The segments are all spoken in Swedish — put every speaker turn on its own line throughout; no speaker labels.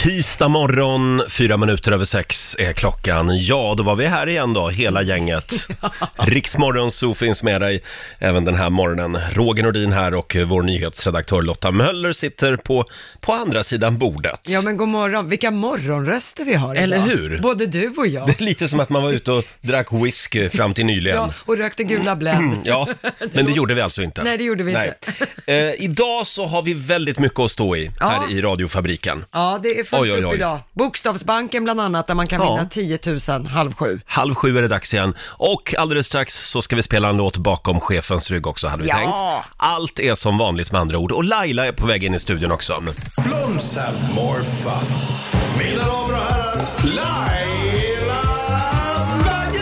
Tisdag morgon, fyra minuter över sex är klockan. Ja, då var vi här igen då,
Mm.
hela gänget. Riksmorgon så finns med dig även den här morgonen. Roger Nordin här och vår nyhetsredaktör Lotta Möller sitter på, på andra sidan bordet.
Ja men god morgon, vilka morgonröster vi har
Eller
idag.
hur?
Både du och jag.
Det är lite som att man var ute och drack whisky fram till nyligen.
Ja, och rökte gula Blend.
Ja, men det gjorde vi alltså inte.
Nej, det gjorde vi inte.
Eh, idag så har vi väldigt mycket att stå i här
Ja.
i radiofabriken.
Ja, det är fullt
Oj, oj,
upp
oj.
idag. Bokstavsbanken bland annat, där man kan
Ja.
vinna 10 000 halv sju.
Halv sju är det dags igen. Och alldeles strax så ska vi spela en låt bakom chefens rygg också, hade vi
Ja.
tänkt. Allt är som vanligt med andra ord. Och Laila är på väg in i studion också.
Blooms have more fun. Mina damer och herrar, Laila Bagge!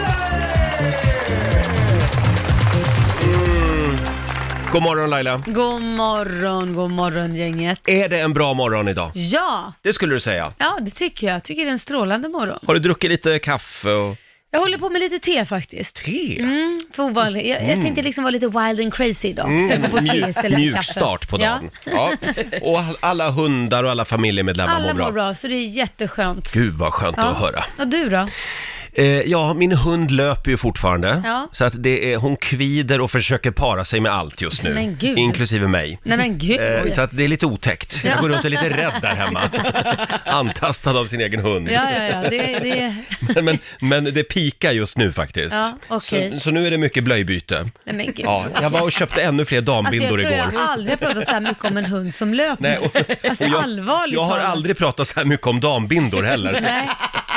God morgon Laila!
God morgon, god morgon gänget.
Är det en bra morgon idag?
Ja,
Det skulle du säga.
ja det tycker jag. Jag tycker det är en strålande morgon.
Har du druckit lite kaffe och
Jag håller på med lite te faktiskt.
te?
Mm, för ovanlig. Jag, jag tänkte liksom vara lite wild and crazy idag. Jag går på te istället för kaffe.
Mm. Mjuk start på dagen.
Ja.
Ja. Och all- alla hundar och alla familjemedlemmar
Alla
mår bra.
så det är jätteskönt.
Gud vad skönt att höra.
Och du då?
Eh, ja, min hund löper ju fortfarande.
Ja.
Så att det är, hon kvider och försöker para sig med allt just nu.
Men gud.
Inklusive mig.
Nej men gud.
Eh, Så att det är lite otäckt. Jag går runt och är lite rädd där hemma. Antastad av sin egen hund.
Ja, ja, ja. Det, det...
Men, men det pikar just nu faktiskt.
Ja, okej.
så, så nu är det mycket blöjbyte.
Nej men gud.
Ja, jag var och köpte ännu fler
Alltså jag
dambindor
tror
igår.
jag aldrig har pratat så här mycket om en hund som löper.
Nej, och-
alltså
och jag-
allvarligt
Jag har
talat.
aldrig pratat så här mycket om dambindor heller.
Nej,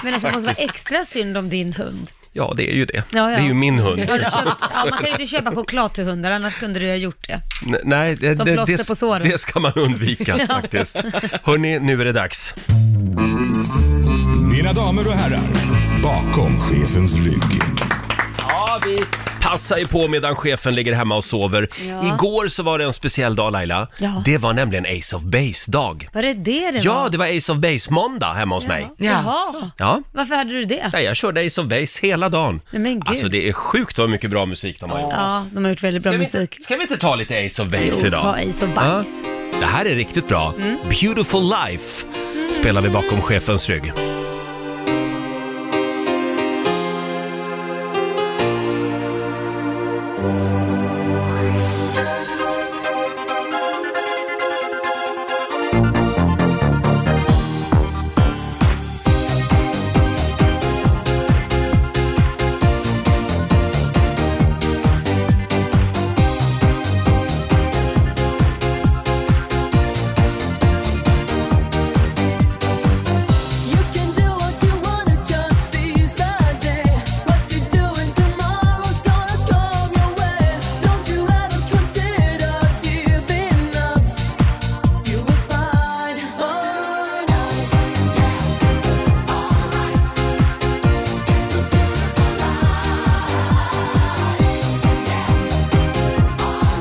men alltså det måste vara extra synd om din hund.
Ja, det är ju det.
Ja, ja.
Det är ju min hund.
Har du köpt, ja, man kan ju inte köpa choklad till hundar, annars kunde du ju ha gjort det.
N- Nej, det,
Som
det,
plåster
det,
på såren.
det ska man undvika faktiskt. Hörni, nu är det dags.
Mina damer och herrar, bakom chefens rygg.
Ja, vi passar ju på medan chefen ligger hemma och sover.
Ja.
Igår så var det en speciell dag Laila.
Ja.
Det var nämligen Ace of Base-dag.
Var det det det
Ja,
var?
det var Ace of Base-måndag hemma hos mig.
Jaha.
Ja.
Varför hade du det?
Nej, jag körde Ace of Base hela dagen.
Nej, men gud.
Alltså det är sjukt vad mycket bra musik de har gjort.
Ja, de har gjort väldigt bra
Ska vi,
musik.
inte- ska vi inte ta lite Ace of Base idag?
Ta Ace of Mm. Bajs.
Det här är riktigt bra. Beautiful Life
Mm.
spelar vi bakom chefens rygg.
You can do what you wanna just seize the day. What you're doing tomorrow's gonna come your way. Don't you ever consider giving up? You Oh, will find alright, yeah, alright. It's a beautiful life, yeah, alright. It's a beautiful life. It's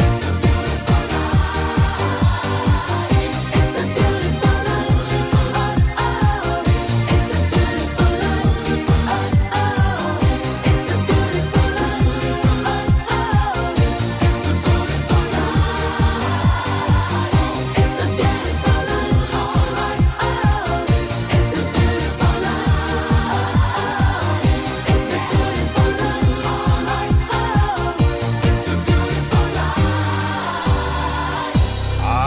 a beautiful life. Oh oh, it's a beautiful life. Oh oh, it's a beautiful life. Oh oh,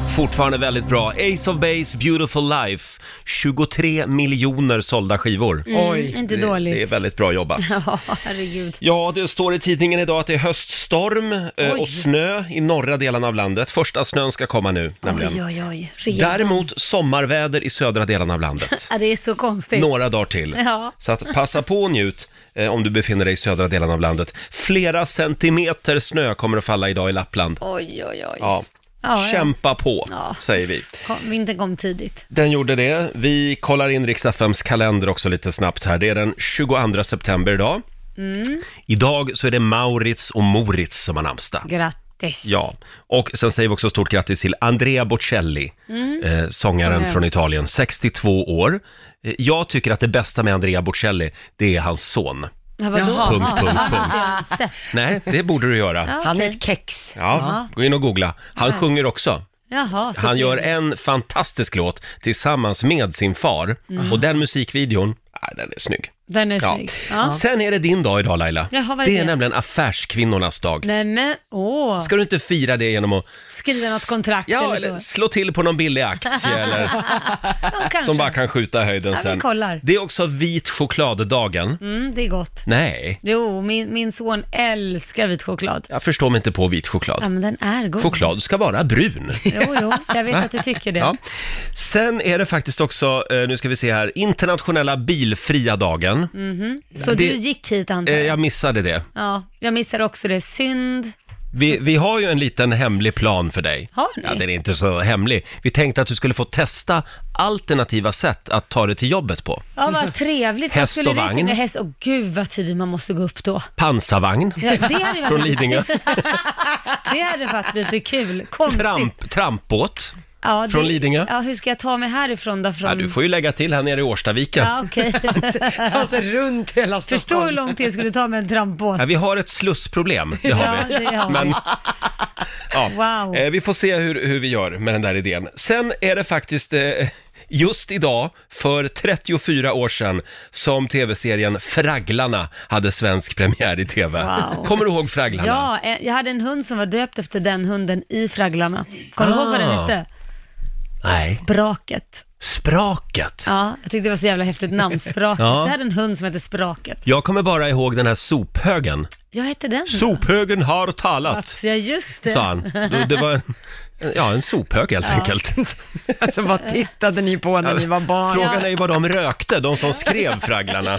it's a beautiful life. It's a beautiful life. Oh oh, it's a beautiful life. It's a beautiful life. Oh oh, it's a beautiful life.
Fortfarande väldigt bra. Ace of Base, Beautiful Life. 23 miljoner sålda skivor.
Oj.
Mm, Inte
Det, det är
dåligt.
väldigt bra jobbat.
Ja, herregud.
Ja, det står i tidningen idag att det är höststorm eh,
Oj.
och snö i norra delarna av landet. Första snön ska komma nu nämligen.
Oj, oj, oj. Redan.
Däremot sommarväder i södra delarna av landet.
Ja, det är så konstigt.
Några dagar till.
Ja.
Så att passa på och njut eh, om du befinner dig i södra delarna av landet. Flera centimeter snö kommer att falla idag i Lappland.
Oj, oj, oj.
Ja.
Ja, ja.
Kämpa på,
Ja.
säger vi.
Kom, vintern kom tidigt.
Den gjorde det. Vi kollar in Riks-FMs kalender också lite snabbt här. Det är den 22 september idag.
Mm.
Idag så är det Maurits och Moritz som har namnsdag.
Grattis.
Ja, och sen säger vi också stort grattis till Andrea Bocelli,
Mm.
eh, sångaren
Sångaren.
från Italien, 62 år. Eh, Jag tycker att det bästa med Andrea Bocelli, det är hans son.
Ja, vadå?
Jaha.
Punkt, punkt,
Ja,
punkt.
det har jag sett.
Nej, det borde du göra.
Ja,
Han är
okej.
ett kex.
Ja, gå in och googla. Han sjunger också.
Jaha, så
Han gör
trevligt.
en fantastisk låt tillsammans med sin far. Och den musikvideon, ah, den är snygg.
Den är
Ja.
Mm. snygg. Ja.
Sen är det din dag idag Laila.
Jaha, vad är
det är
det?
nämligen affärskvinnornas dag.
Nej men, åh.
Ska du inte fira det genom att
Skriva något kontrakt
ja,
eller
eller
så.
slå till på någon billig aktie eller
Ja, kanske.
som bara kan skjuta i höjden
Ja, vi
sen?
kollar.
Det är också vit chokladdagen.
Mm, det är gott.
Nej,
Jo, min, min son älskar vit choklad.
jag förstår mig inte på vit
Ja,
choklad.
men den är god.
Choklad ska vara brun.
Jo, jo, jag vet att du tycker det.
Ja. Sen är det faktiskt också, eh, nu ska vi se här, internationella bilfria dagen.
Mm. Så
Det-
du gick hit antar
Eh,
jag?
Jag missade det.
Ja, jag missar också det. Synd.
Vi, vi har ju en liten hemlig plan för dig.
Har ni?
Ja, den är inte så hemlig. Vi tänkte att du skulle få testa alternativa sätt att ta dig till jobbet på.
Ja, vad trevligt. Vad
Häst
skulle
och
vi
vagn.
kunna- Häst och gud vad tidigt man måste gå upp då.
Pansarvagn
Ja, det, hade ju
från
varit,
Lidingö,
det hade varit lite kul. Konstigt.
Tramp, trampbåt.
Ja, det,
från Lidingö.
Ja, hur ska jag ta mig härifrån då? Från...
Ja, du får ju lägga till här nere i Årstaviken.
Ja, okej.
Ta sig runt hela Stockholm.
Förstå hur lång tid jag skulle ta med en trampbåt.
Ja, vi har ett slussproblem, det har
Ja,
vi.
det har vi.
Men, ja.
Wow.
eh, vi får se hur, hur vi gör med den där idén. Sen är det faktiskt eh, just idag, för 34 år sedan, som tv-serien Fragglarna hade svensk premiär i tv.
Wow.
Kommer du ihåg Fragglarna?
Ja, eh, jag hade en hund som var döpt efter den hunden i Fragglarna. Kommer du
Ah.
ihåg vad den hette?
Nej.
Spraket.
Spraket.
Ja, jag tyckte det var så jävla häftigt namn, Spraket.
Ja.
Så jag hade en hund som hette Spraket.
Jag kommer bara ihåg den här sophögen.
Jag hette den.
Sophögen har talat,
Att, ja, just det.
sa han. Det- Det var en, ja, en sophög helt enkelt.
Alltså vad tittade ni på när ni var barn?
Frågan är ju vad de rökte, de som skrev Fragglarna.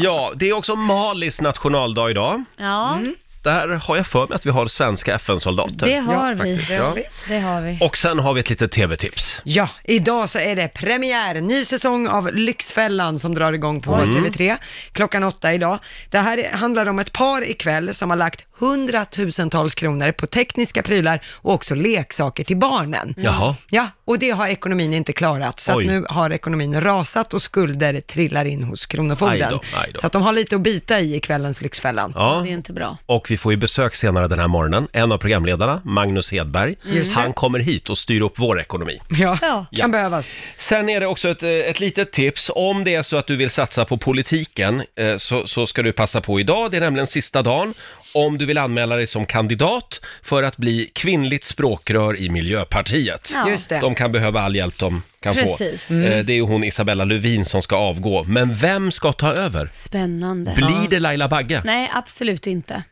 Ja, det är också Malis nationaldag idag.
Ja,
Mm. Där har jag för mig att vi har svenska FN-soldater.
det har vi.
faktiskt, ja.
Det har vi.
Och sen har vi ett litet tv-tips.
Ja, idag så är det premiär, ny säsong av Lyxfällan som drar igång på
Mm.
TV3 klockan åtta idag. Det här är- handlar om ett par ikväll som har lagt hundratusentals kronor på tekniska prylar och också leksaker till barnen.
Mm.
Jaha.
Ja, och det har ekonomin inte klarat, så
Oj.
att nu har ekonomin rasat och skulder trillar in hos Kronofogden.
Aj då, aj då.
Så att de har lite att bita i i kvällens Lyxfällan.
Ja.
Det är inte bra.
Och vi får ju besök senare den här morgonen. En av programledarna, Magnus Hedberg,
Mm.
han kommer hit och styr upp vår ekonomi.
Ja,
Ja.
kan
Ja.
behövas.
Sen är det också ett, eh, ett litet tips. Om det är så att du vill satsa på politiken eh, så, så ska du passa på idag. Det är nämligen sista dagen. Om du vill anmäla dig som kandidat för att bli kvinnligt språkrör i Miljöpartiet.
Ja.
Just det.
De kan behöva all hjälp de kan
Precis. Mm.
få. Eh, Det är ju hon Isabella Lövin som ska avgå. Men vem ska ta över?
Spännande.
Blir det Laila Bagge?
Nej, absolut inte.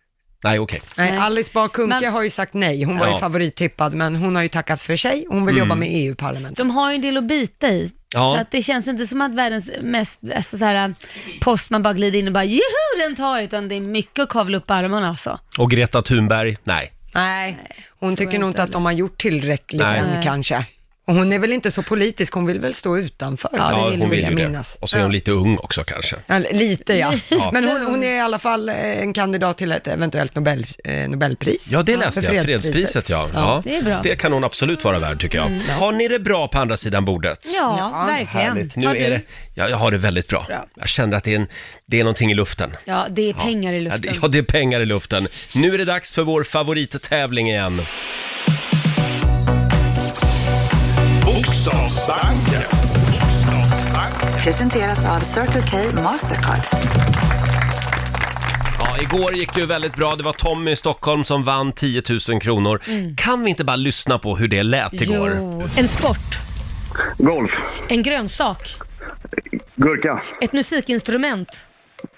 Nej, okej.
Nej,
Nej.
Alice Bah Kuhnke
Men-
har ju sagt nej. Hon
Ja.
var
Mm.
ju favorittippad, men hon har ju tackat för sig. Hon vill jobba med E EU-parlamentet.
De har ju en del att bita i.
Ja.
Så att det känns inte som att världens mest, alltså så här, post man bara glider in och bara juhu den tar jag", utan det är mycket att kavla upp armarna alltså.
Och Greta Thunberg? Nej.
Nej, hon tycker nog inte att de har gjort tillräckligt
Nej.
än
Nej.
kanske. Och hon är väl inte så politisk, hon vill väl stå utanför.
Ja, det vill
hon
vi
vill ju
jag
det.
minnas.
Och så är hon lite ung också kanske.
Ja, Lite ja. Men hon,
ung.
hon är i alla fall eh, en kandidat till ett eventuellt Nobel, eh, Nobelpris.
Ja, det läste
för
jag. Fredspriset, ja. ja.
det är bra. Mm,
Det kan hon absolut vara värd, tycker jag. Har ni det bra på andra sidan bordet?
Ja, verkligen.
Härligt.
Har
Nu
du?
är det, ja, jag har det väldigt bra. Jag känner att det är, en, det är någonting i luften.
Ja, det är pengar i
Ja
luften.
det, ja, det är pengar i luften. Nu är det dags för vår favorittävling igen.
Bokstavsbanken.
Presenteras av Circle K Mastercard.
Ja, igår gick det ju väldigt bra. Det var Tommy i Stockholm som vann 10 000 kronor. Kan vi inte bara lyssna på hur det lät igår?
Mm. Jo. En sport,
Golf.
en grönsak,
Gurka.
ett musikinstrument,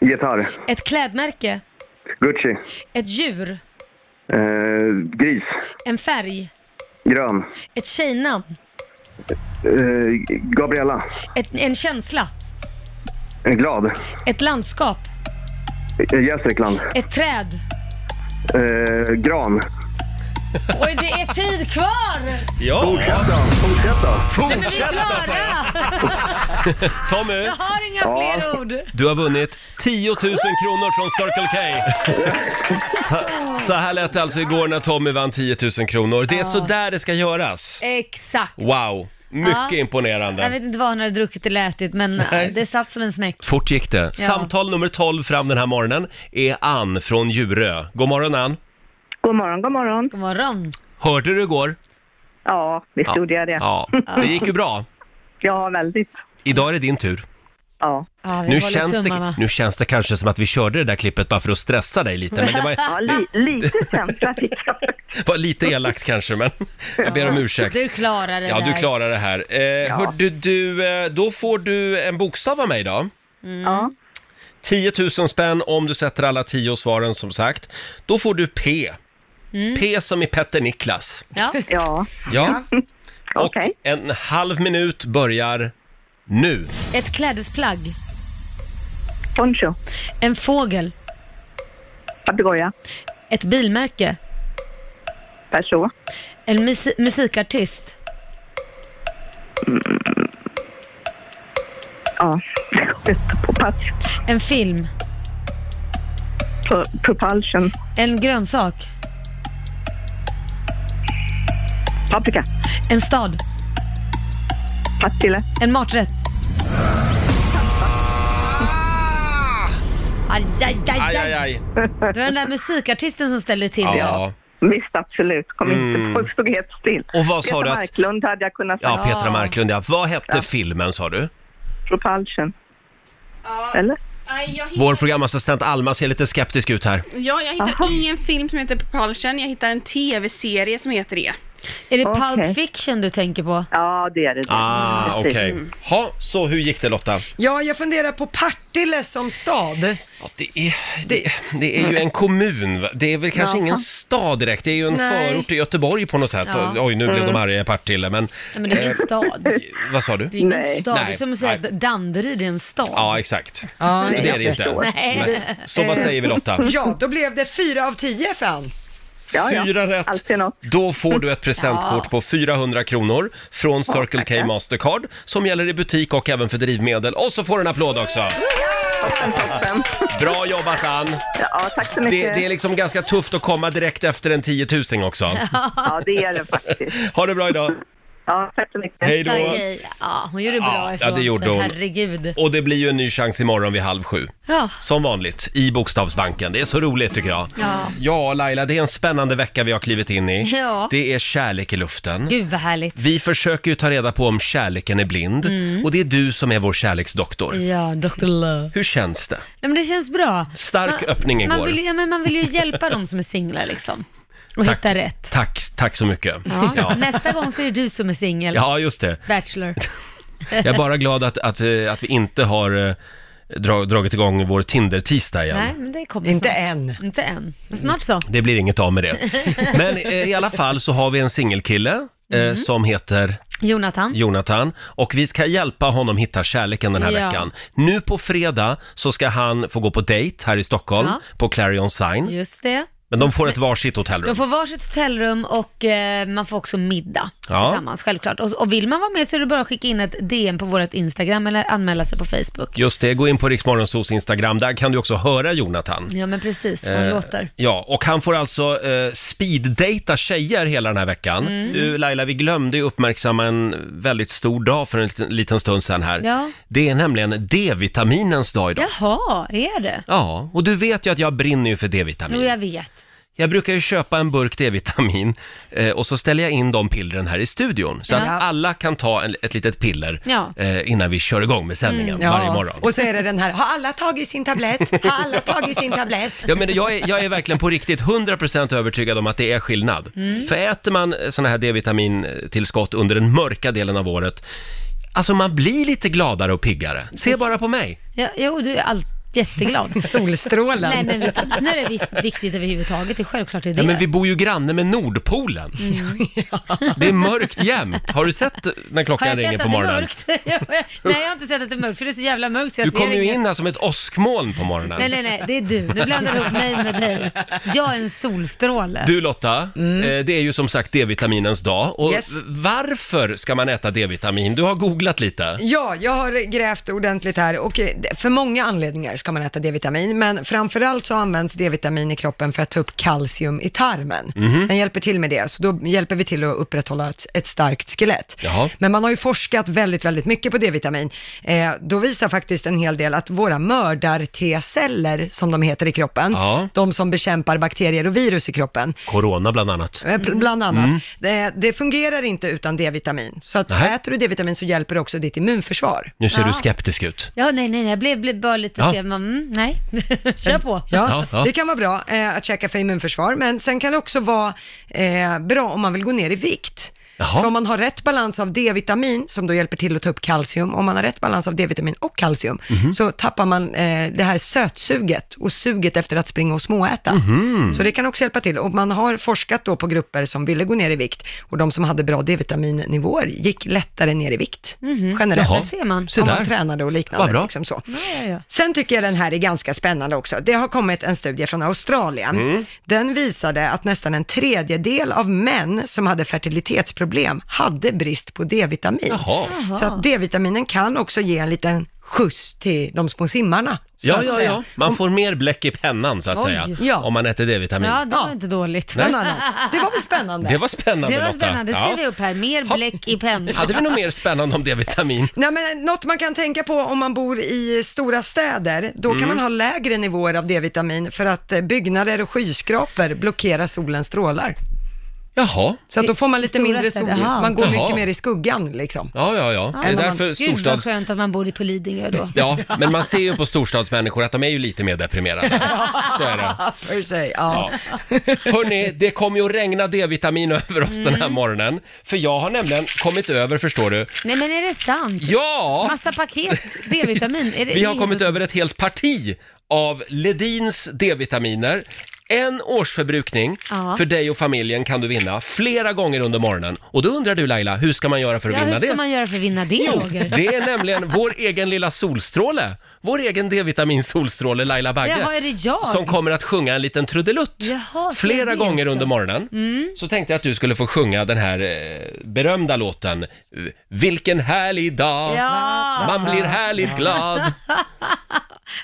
Gitarr.
ett klädmärke,
Gucci.
ett djur,
Eh, gris.
en färg,
Grön.
ett tjejnamn,
Eh, Gabriella.
ett, en känsla,
Eh, Glad.
ett landskap,
Eh, Gästrikland.
ett träd.
Eh, gran.
Oj, det är tid kvar!
Ja,
Fortsätta. Fortsätta.
Nej, men vi är klara!
Tommy,
Jag har inga fler ord.
du har vunnit 10 000 kronor från Circle K. Så, så här lät det alltså igår när Tommy vann 10 000 kronor. Det är så där det ska göras.
Exakt.
Wow, mycket
Ja. Jag
imponerande.
vet inte vad han hade druckit eller ätit, men eh,
Nej.
det satt som en smäck.
Fort gick det.
Ja.
Samtal nummer 12 fram den här morgonen är Ann från Djurö. God morgon Ann.
God morgon, god morgon.
God morgon.
Hörde du igår?
Ja, visst gjorde jag det.
Ja, det gick ju bra.
Ja, väldigt.
Idag är det din tur.
Ja,
Ja, vi
Nu
håller
känns,
tummarna.
det, nu känns det kanske som att vi körde det där klippet bara för att stressa dig lite, men det var,
ja li, lite känsla fick jag.
var lite elakt kanske, men jag ber om ursäkt.
Du klarar det
Ja,
där.
du klarar det här. Eh, Hörde du, eh, då får du en bokstav av mig då.
Ja.
10 000 spänn om du sätter alla tio svaren som sagt. Då får du P. P som i Petter Niklas.
Ja.
Ja,
Ja. Och
okej.
en halv minut börjar nu.
Ett klädesplagg.
Poncho,
En fågel.
papegoja,
Ett bilmärke.
perso,
En musi- musikartist.
ja. På pass,
En film.
Pro- propulsion,
En grönsak.
paprika,
En stad.
Partille,
En maträtt.
Ah!
Aj, aj, aj, aj.
Aj, aj, aj.
Det var den där musikartisten som ställde till det.
Ja.
visst absolut. Kom inte på, stod helt still.
Mm. Och vad sa
Peter
du att-
Marklund hade jag kunnat säga.
Ja, Petra Marklund, ja. Vad hette filmen sa du?
Propulsion. Eller?
Aj, jag,
Vår
hittar,
programassistent Alma ser lite skeptisk ut här.
ja, jag hittar ingen film som heter Propulsion, jag hittar en tv-serie som heter det.
Är det
Okej.
Pulp Fiction du tänker på?
Ja, det är det.
Ah,
Precis.
okej. Ha, så hur gick det Lotta?
Ja, jag funderar på Partille som stad.
Ja, det, är, det, det är ju en kommun, va? det är väl kanske ingen stad direkt, det är ju en
Nej.
förort till Göteborg på något sätt.
Ja.
Oj, Oj, nu blev de arga i Partille, men
Nej, men det är ju en stad. Det
vad sa du?
är ju
Eh, Nej.
en stad. Det är
Nej.
som att säga att Danderyd är en stad.
Ja, exakt.
Ja,
det är det inte.
Nej.
Nej. Så vad säger vi Lotta?
Ja, då blev det fyra av tio fan.
Ja, ja.
Fyra
Alltid
rätt.
något.
Då får du ett presentkort
Ja.
på 400 kronor från Circle K Mastercard som gäller i butik och även för drivmedel. Och så får du en applåd också!
Toppen, toppen.
Bra jobbat Ann!
Ja, tack så
Det,
mycket.
det är liksom ganska tufft att komma direkt efter en 10 000 också.
Ja, det är det faktiskt.
Ha det bra idag!
Ja, tack så mycket.
Hej då!
Tack, hej. Ja, hon gjorde bra
ja,
ifrån
det gjorde
sig.
hon.
Herregud.
Och det blir ju en ny chans imorgon vid halv sju.
Ja.
Som vanligt, i Bokstavsbanken. Det är så roligt tycker jag.
Ja.
Ja, Laila, det är en spännande vecka vi har klivit in i.
Ja.
Det är kärlek i luften.
Gud vad härligt.
Vi försöker ju ta reda på om kärleken är blind och det är du som är vår kärleksdoktor.
Mm. Ja, Dr. Love.
Hur känns det?
Nej, men det känns bra.
Stark öppning igår.
Man vill, ju- ja, men man vill ju hjälpa dem som är singlar liksom. Och
Tack.
hitta rätt.
Tack, tack så mycket.
Ja.
Ja.
Nästa gång så är det du som är singel.
ja, just det.
Bachelor.
Jag är bara glad att, att, eh, att vi inte har eh, dra, dragit igång vår Tinder-tisdag igen.
Nej, men det kommer
Inte
snart.
än.
Inte än. Men snart så.
Det blir inget av med det. Men eh, i alla fall så har vi en singelkille eh,
Mhm.
som heter
Jonathan.
Jonathan och vi ska hjälpa honom hitta kärleken den här
Ja.
veckan. Nu på fredag så ska han få gå på dejt här i Stockholm
Ja.
på Clarion Sign.
Just det.
Men de får ett varsitt hotellrum.
De får varsitt hotellrum och eh, man får också middag
Ja.
tillsammans, självklart. Och, och vill man vara med så är det bara att skicka in ett DM på vårt Instagram eller anmäla sig på Facebook.
Just det, gå in på Riksmorgonsos Instagram. Där kan du också höra Jonathan.
Ja, men precis.
Eh,
Vad han låter.
Ja, och han får alltså eh, speeddejta tjejer hela den här veckan.
Mm.
Du Laila, vi glömde ju uppmärksamma en väldigt stor dag för en liten, liten stund sedan här.
Ja.
Det är nämligen D-vitaminens dag idag.
Jaha, är det?
Ja, och du vet ju att jag brinner ju för
Jo,
D-vitamin.
jag
Jag...
vet.
brukar ju köpa en burk D-vitamin eh, och så ställer jag in de pillren här i studion så
Ja.
att alla kan ta en, ett litet piller
Ja. Mm.
eh, innan vi kör igång med sändningen varje morgon.
Och så är det den här, har alla tagit sin tablett? Har alla tagit sin tablett?
Jag, menar, jag, är, jag är verkligen på riktigt 100% övertygad om att det är skillnad.
Mm.
För äter man sådana här D-vitamintillskott under den mörka delen av året, alltså man blir lite gladare och piggare. Se bara på mig.
Ja, jo, du är allt jätteglad.
Solstrålen.
Nej, men vitaminer är vi- viktigt överhuvudtaget. Det är självklart det är Mm. det.
Ja, men vi bor ju granne med Nordpolen. Det är mörkt jämt. Har du sett när
har
klockan
jag
ringer
sett
på
att det är
morgonen?
mörkt? nej, jag har inte sett att det är mörkt, för det är så jävla mörkt så jag
Du
ser
kommer ju
inget.
in här som ett åskmoln på morgonen.
Nej, nej, nej, det är du. Nu blandar du ihop mig med dig. Jag är en solstråle.
Du Lotta,
Mm.
eh, det är ju som sagt D-vitaminens dag. Och
Yes.
varför ska man äta
Mm.
D-vitamin? Du har googlat lite.
Ja, jag har grävt ordentligt här och eh, för många anledningar ska man äta D-vitamin, men framförallt så används D-vitamin i kroppen för att ta upp kalcium i tarmen.
Mhm.
Den hjälper till med det, så då hjälper vi till att upprätthålla ett, ett starkt skelett.
Jaha.
Men man har ju forskat väldigt, väldigt mycket på D-vitamin. Eh, då visar faktiskt en hel del att våra mördar-T-celler, som de heter i kroppen,
Ja.
de som bekämpar bakterier och virus i kroppen,
Corona bland annat.
Eh, pl- Bland annat. Det, det fungerar inte utan D-vitamin. Så att
Nej.
äter du D-vitamin så hjälper det också ditt immunförsvar.
Nu ser
Ja.
du skeptisk ut.
Ja, nej, nej, nej, jag blev, blev bara lite
Ja.
sen. Man, Mm, nej, kör på.
Ja,
Ja, ja.
det kan vara bra eh, att käka för immunförsvar, men sen kan det också vara eh, bra om man vill gå ner i vikt.
Jaha.
För om man har rätt balans av D-vitamin, som då hjälper till att ta upp kalcium, om man har rätt balans av D-vitamin och kalcium,
Mhm.
så tappar man eh, det här sötsuget och suget efter att springa och småäta.
Mhm.
Så det kan också hjälpa till. Och man har forskat då på grupper som ville gå ner i vikt, och de som hade bra D-vitaminnivåer gick lättare ner i vikt, generellt.
Jaha.
Där Mhm. ser man.
Se
om
där.
man tränade och liknande.
Vad bra.
Liksom så.
Ja, ja, ja.
Sen tycker jag den här är ganska spännande också. Det har kommit en studie från Australien.
Mm.
Den visade att nästan en tredjedel av män som hade fertilitetsproblem hade brist på D-vitamin.
Jaha.
Så att D-vitaminen kan också ge en liten skjuts till de små simmarna. så
Ja,
att
ja,
säga.
ja. Man får mer bläck i pennan så att
Oj.
säga.
Ja.
Om man äter D-vitamin.
ja, det
Ja.
var inte dåligt.
Bland annat. Det var väl spännande?
Det var spännande
Det var
Lotta.
spännande, det
Ja.
skrev vi upp här. Mer
Ha.
bläck i pennan.
Hade vi något mer spännande om D-vitamin?
Nej, men något man kan tänka på om man bor i stora städer, då
Mm.
kan man ha lägre nivåer av D-vitamin för att eh, byggnader och skyskrapor blockerar solens strålar.
Jaha.
Så att då får man lite
Stora
mindre
städer,
solljus,
aha.
man går
Jaha.
mycket mer i skuggan liksom.
Ja, ja, ja. det är
men man-
därför
Gud vad
storstads...
skönt att man bor i på Lidingö då.
Ja, men man ser ju på storstadsmänniskor att de är ju lite mer deprimerade. Så är det.
För sig, ja.
Ja. Hörni, det kommer ju att regna D-vitamin över oss den
Mm.
här morgonen. För jag har nämligen kommit över, förstår du.
Nej men är det sant?
Ja!
Massa paket D-vitamin. Är det,
Vi har
det är
kommit
helt-
över ett helt parti av Ledins D-vitaminer. En årsförbrukning
Ja.
för dig och familjen kan du vinna flera gånger under morgonen. Och då undrar du Laila, hur ska man göra för att
Ja,
vinna
hur ska
det?
man göra för att vinna det
Jo,
Roger?
det är nämligen vår egen lilla solstråle. Vår egen D-vitamin-solstråle Laila Bagge.
Jaha, är det jag?
Som kommer att sjunga en liten trudelutt
Jaha, så är
flera
det
gånger
också. Mm.
under morgonen. Så tänkte jag att du skulle få sjunga den här eh, berömda låten eh, Vilken härlig dag,
Ja.
man blir härligt glad.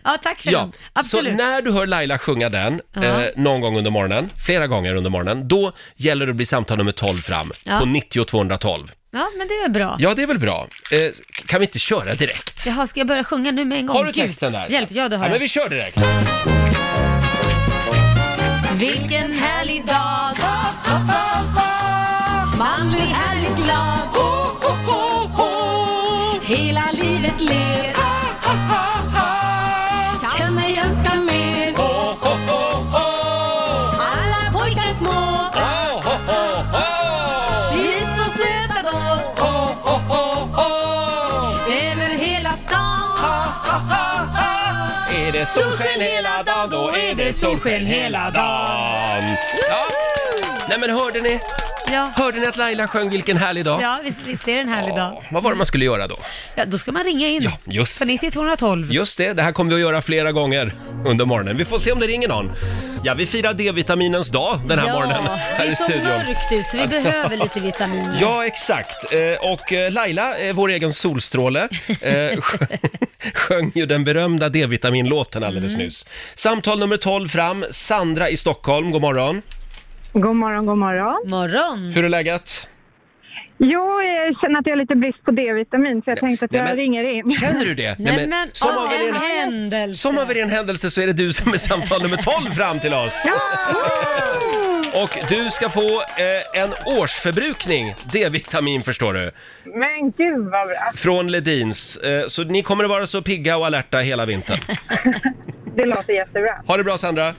Ja, tack för
Ja,
den. Absolut.
så när du hör Laila sjunga den eh, någon gång under morgonen, flera gånger under morgonen, då gäller det att bli samtal nummer 12 fram
Ja.
på 90 212.
Ja, men det är väl bra.
Ja, det är väl bra. Eh, kan vi inte köra direkt?
Jaha, ska jag börja sjunga nu med en gång?
Har du
Gud.
texten där?
Hjälp, ja det har
ja, men
jag.
vi kör direkt.
Vilken härlig dag! Man blir härligt glad. Hela livet ler. Kan ej önska mer. Alla pojkar små, vi är så söta då. Över hela stan.
Är det solsken hela dagen, då är det solsken hela dagen. Ja. Nej men hörde ni?
Ja,
Hörde ni att Laila sjöng Vilken härlig dag?
ja visst, visst är det en härlig
Ja,
dag.
vad var det man skulle göra då?
Ja, då ska man ringa in.
Ja, just
På 90 212.
Just det, det här kommer vi att göra flera gånger under morgonen. Vi får se om det ringer någon. Ja, vi firar D-vitaminens dag den här morgonen
det
här
är
i
så
studion.
mörkt ut så vi behöver lite vitaminer.
Ja, exakt. Eh, Och eh, Laila, eh, vår egen solstråle, eh, sj- sjöng ju den berömda D-vitaminlåten alldeles nyss. Samtal nummer 12 fram, Sandra i Stockholm, god morgon.
God morgon, god morgon.
Morgon!
Hur är läget?
Jo, jag känner att jag har lite brist på D-vitamin så jag tänkte att
nej,
jag
men-
ringer in.
Känner du det?
Nej men,
som,
av
av
en
en,
händelse.
som av en ren händelse så är det du som är samtal nummer 12 fram till oss. Och du ska få eh, en årsförbrukning D-vitamin förstår du,
Men gud vad bra. Alltså,
från Ledins. Eh, så ni kommer att vara så pigga och alerta hela vintern.
Det låter jättebra.
Ha det bra Sandra!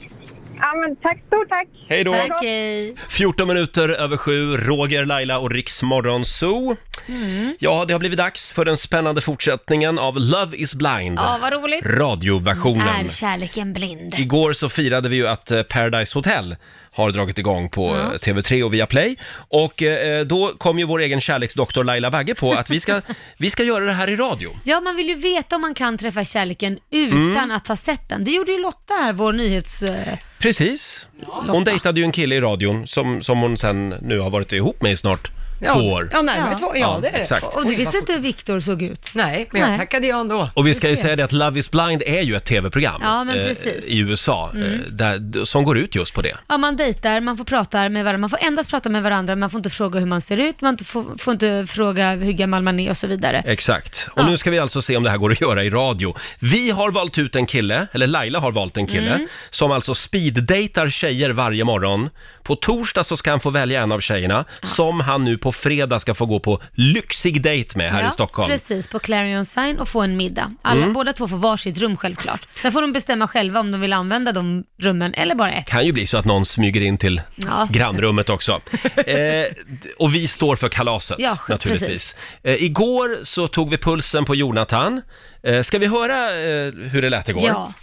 Ja, men tack, stort tack.
Hej då!
Tack, hej.
14 minuter över sju, Roger, Laila och Riks Zoo.
Mm.
Ja, det har blivit dags för den spännande fortsättningen av Love is blind.
Ja, vad roligt. Är
Radioversionen.
kärleken blind?
Igår så firade vi ju att eh, Paradise Hotel har dragit igång på eh, TV3 och Viaplay. Och eh, då kom ju vår egen kärleksdoktor Laila Bagge på att vi ska, vi ska göra det här i radio.
Ja, man vill ju veta om man kan träffa kärleken utan
Mm.
att ha sett den. Det gjorde ju Lotta här, vår nyhets... eh,
Precis. Hon dejtade ju en kille i radion som, som hon sen nu har varit ihop med i snart
Ja,
Två år.
Ja, närmare
Ja.
två. Ja,
Ja,
det är det.
exakt.
Och du visste inte hur Viktor såg ut?
Nej, men jag
Nej.
tackade ja ändå.
Och vi ska ju säga det att Love is blind är ju ett tv-program
Ja, men
eh,
precis.
i USA eh, där, som går ut just på det.
Ja, man dejtar, man får prata med varandra, man får endast prata med varandra, man får inte fråga hur man ser ut, man inte får, får inte fråga hur gammal man är och så vidare.
Exakt. Och
Ja.
nu ska vi alltså se om det här går att göra i radio. Vi har valt ut en kille, eller Laila har valt en kille,
Mm.
som alltså speeddejtar tjejer varje morgon. På torsdag så ska han få välja en av tjejerna, som han nu på fredag ska få gå på lyxig dejt med här
ja,
i Stockholm. Mm.
Precis, på Clarion Sign och få en middag. Alla, Båda två får varsitt rum självklart. Sen får de bestämma själva om de vill använda de rummen eller bara ett.
kan ju bli så att någon smyger in till
Ja.
grannrummet också. Eh, d- och vi står för kalaset
Ja,
naturligtvis. Eh, igår så tog vi pulsen på Jonathan. Eh, ska vi höra eh, hur det lät igår?
Ja.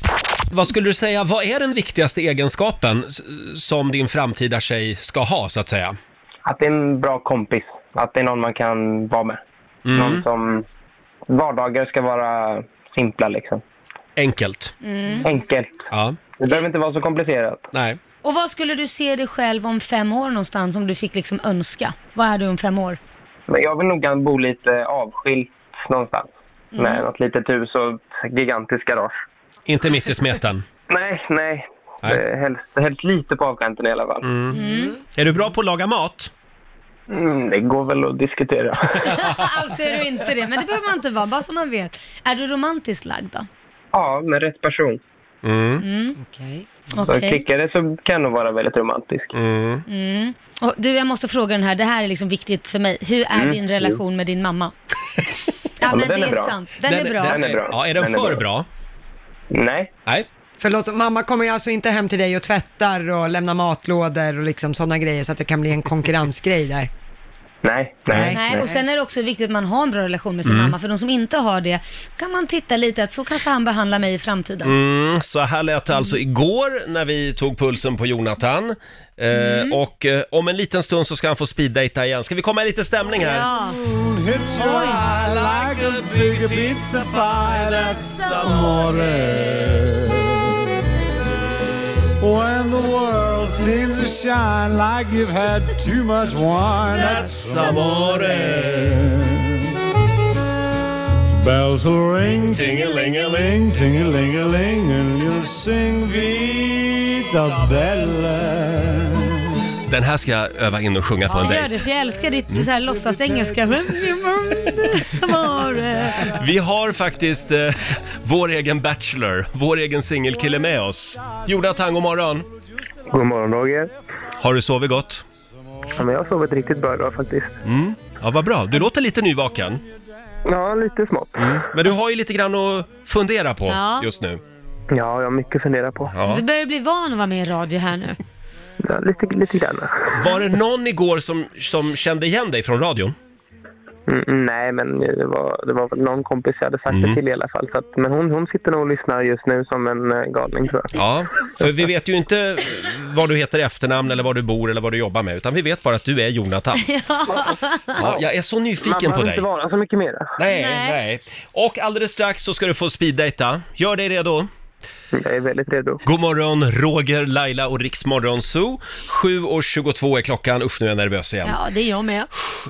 Vad skulle du säga, vad är den viktigaste egenskapen s- som din framtida tjej ska ha så att säga?
Att det är en bra kompis. Att det är någon man kan vara med.
Mm.
Någon som... Vardagar ska vara simpla liksom.
Enkelt.
Mm.
Enkelt.
Ja,
Det behöver inte vara så komplicerat.
nej.
Och vad skulle du se dig själv om fem år någonstans om du fick liksom önska? Vad är du om fem år?
Men jag vill nog gärna bo lite avskilt någonstans.
Mm.
Med något litet hus och ett gigantiskt garage.
Inte mitt i smeten.
Nej, nej.
Nej.
Eh, Helst, helst lite på avkanten i alla fall.
Mm.
Är du bra på att laga mat?
Mm, det går väl att diskutera.
alltså är du inte det, men det behöver man inte vara, bara så man vet. Är du romantiskt lagd då?
ja, med rätt person.
Okej.
Så
Okej.
klickar det så kan det vara väldigt romantisk.
Mm. Och du, jag måste fråga den här. Det här är liksom viktigt för mig. Hur är din relation med din mamma? ja, men
men den
det
är
är,
bra.
sant. Den, är bra.
den är bra.
Ja, är den,
Den är
för
bra.
bra?
Nej,
Nej.
Förlåt, mamma kommer ju alltså inte hem till dig och tvättar och lämnar matlådor och liksom sådana grejer så att det kan bli en konkurrensgrej där.
nej, nej.
Nej, och sen är det också viktigt att man har en bra relation med sin mamma. För de som inte har det kan man titta lite att så kanske han behandlar mig i framtiden.
Mm, så här lät det alltså
Mm.
igår när vi tog pulsen på Jonathan. Eh,
Mm.
Och eh, om en liten stund så ska han få speeddejta igen. Ska vi komma i lite stämning här?
Ja.
When the world seems to shine like you've had too much wine, that's amore. Bells will ring, ting-a-ling-a-ling, ting-a-ling-a-ling, and you'll sing Vita Bella.
Den här ska jag öva in och sjunga på en
Gör det,
dejt.
för jag älskar ditt så här låtsasengelska. Amore.
Vi har faktiskt eh, vår egen Bachelor, vår egen singelkille med oss. Jonathan, god morgon.
God morgon Roger.
Har du sovit gott?
Ja, men jag har sovit riktigt bra idag faktiskt.
Ja, vad bra. Du låter lite nyvaken.
Ja, lite smått.
Men du har ju lite grann att fundera på
Ja.
just nu.
Ja, jag har mycket att fundera på.
Ja.
Du börjar bli van att vara med i radio här nu.
Ja, lite, lite grann.
Var det någon igår som, som kände igen dig från radion?
Mm, mm, nej, men det var, det var väl någon kompis jag hade sagt
Mm.
det till i alla fall. Så att, men hon, hon sitter nog och lyssnar just nu som en eh, galning tror jag.
Ja, för vi vet ju inte vad du heter i efternamn eller var du bor eller vad du jobbar med, utan vi vet bara att du är Jonathan. Ja, jag är så nyfiken
Man
på
behöver
dig.
inte vara så mycket mera.
Nej,
Nej.
nej. Och alldeles strax så ska du få speeddejta. Gör dig redo.
Jag är väldigt redo.
God morgon, Roger, Laila och Riksmorgon Zoo. 7.22 är klockan. Usch, nu är jag nervös igen.
Ja, det är jag med.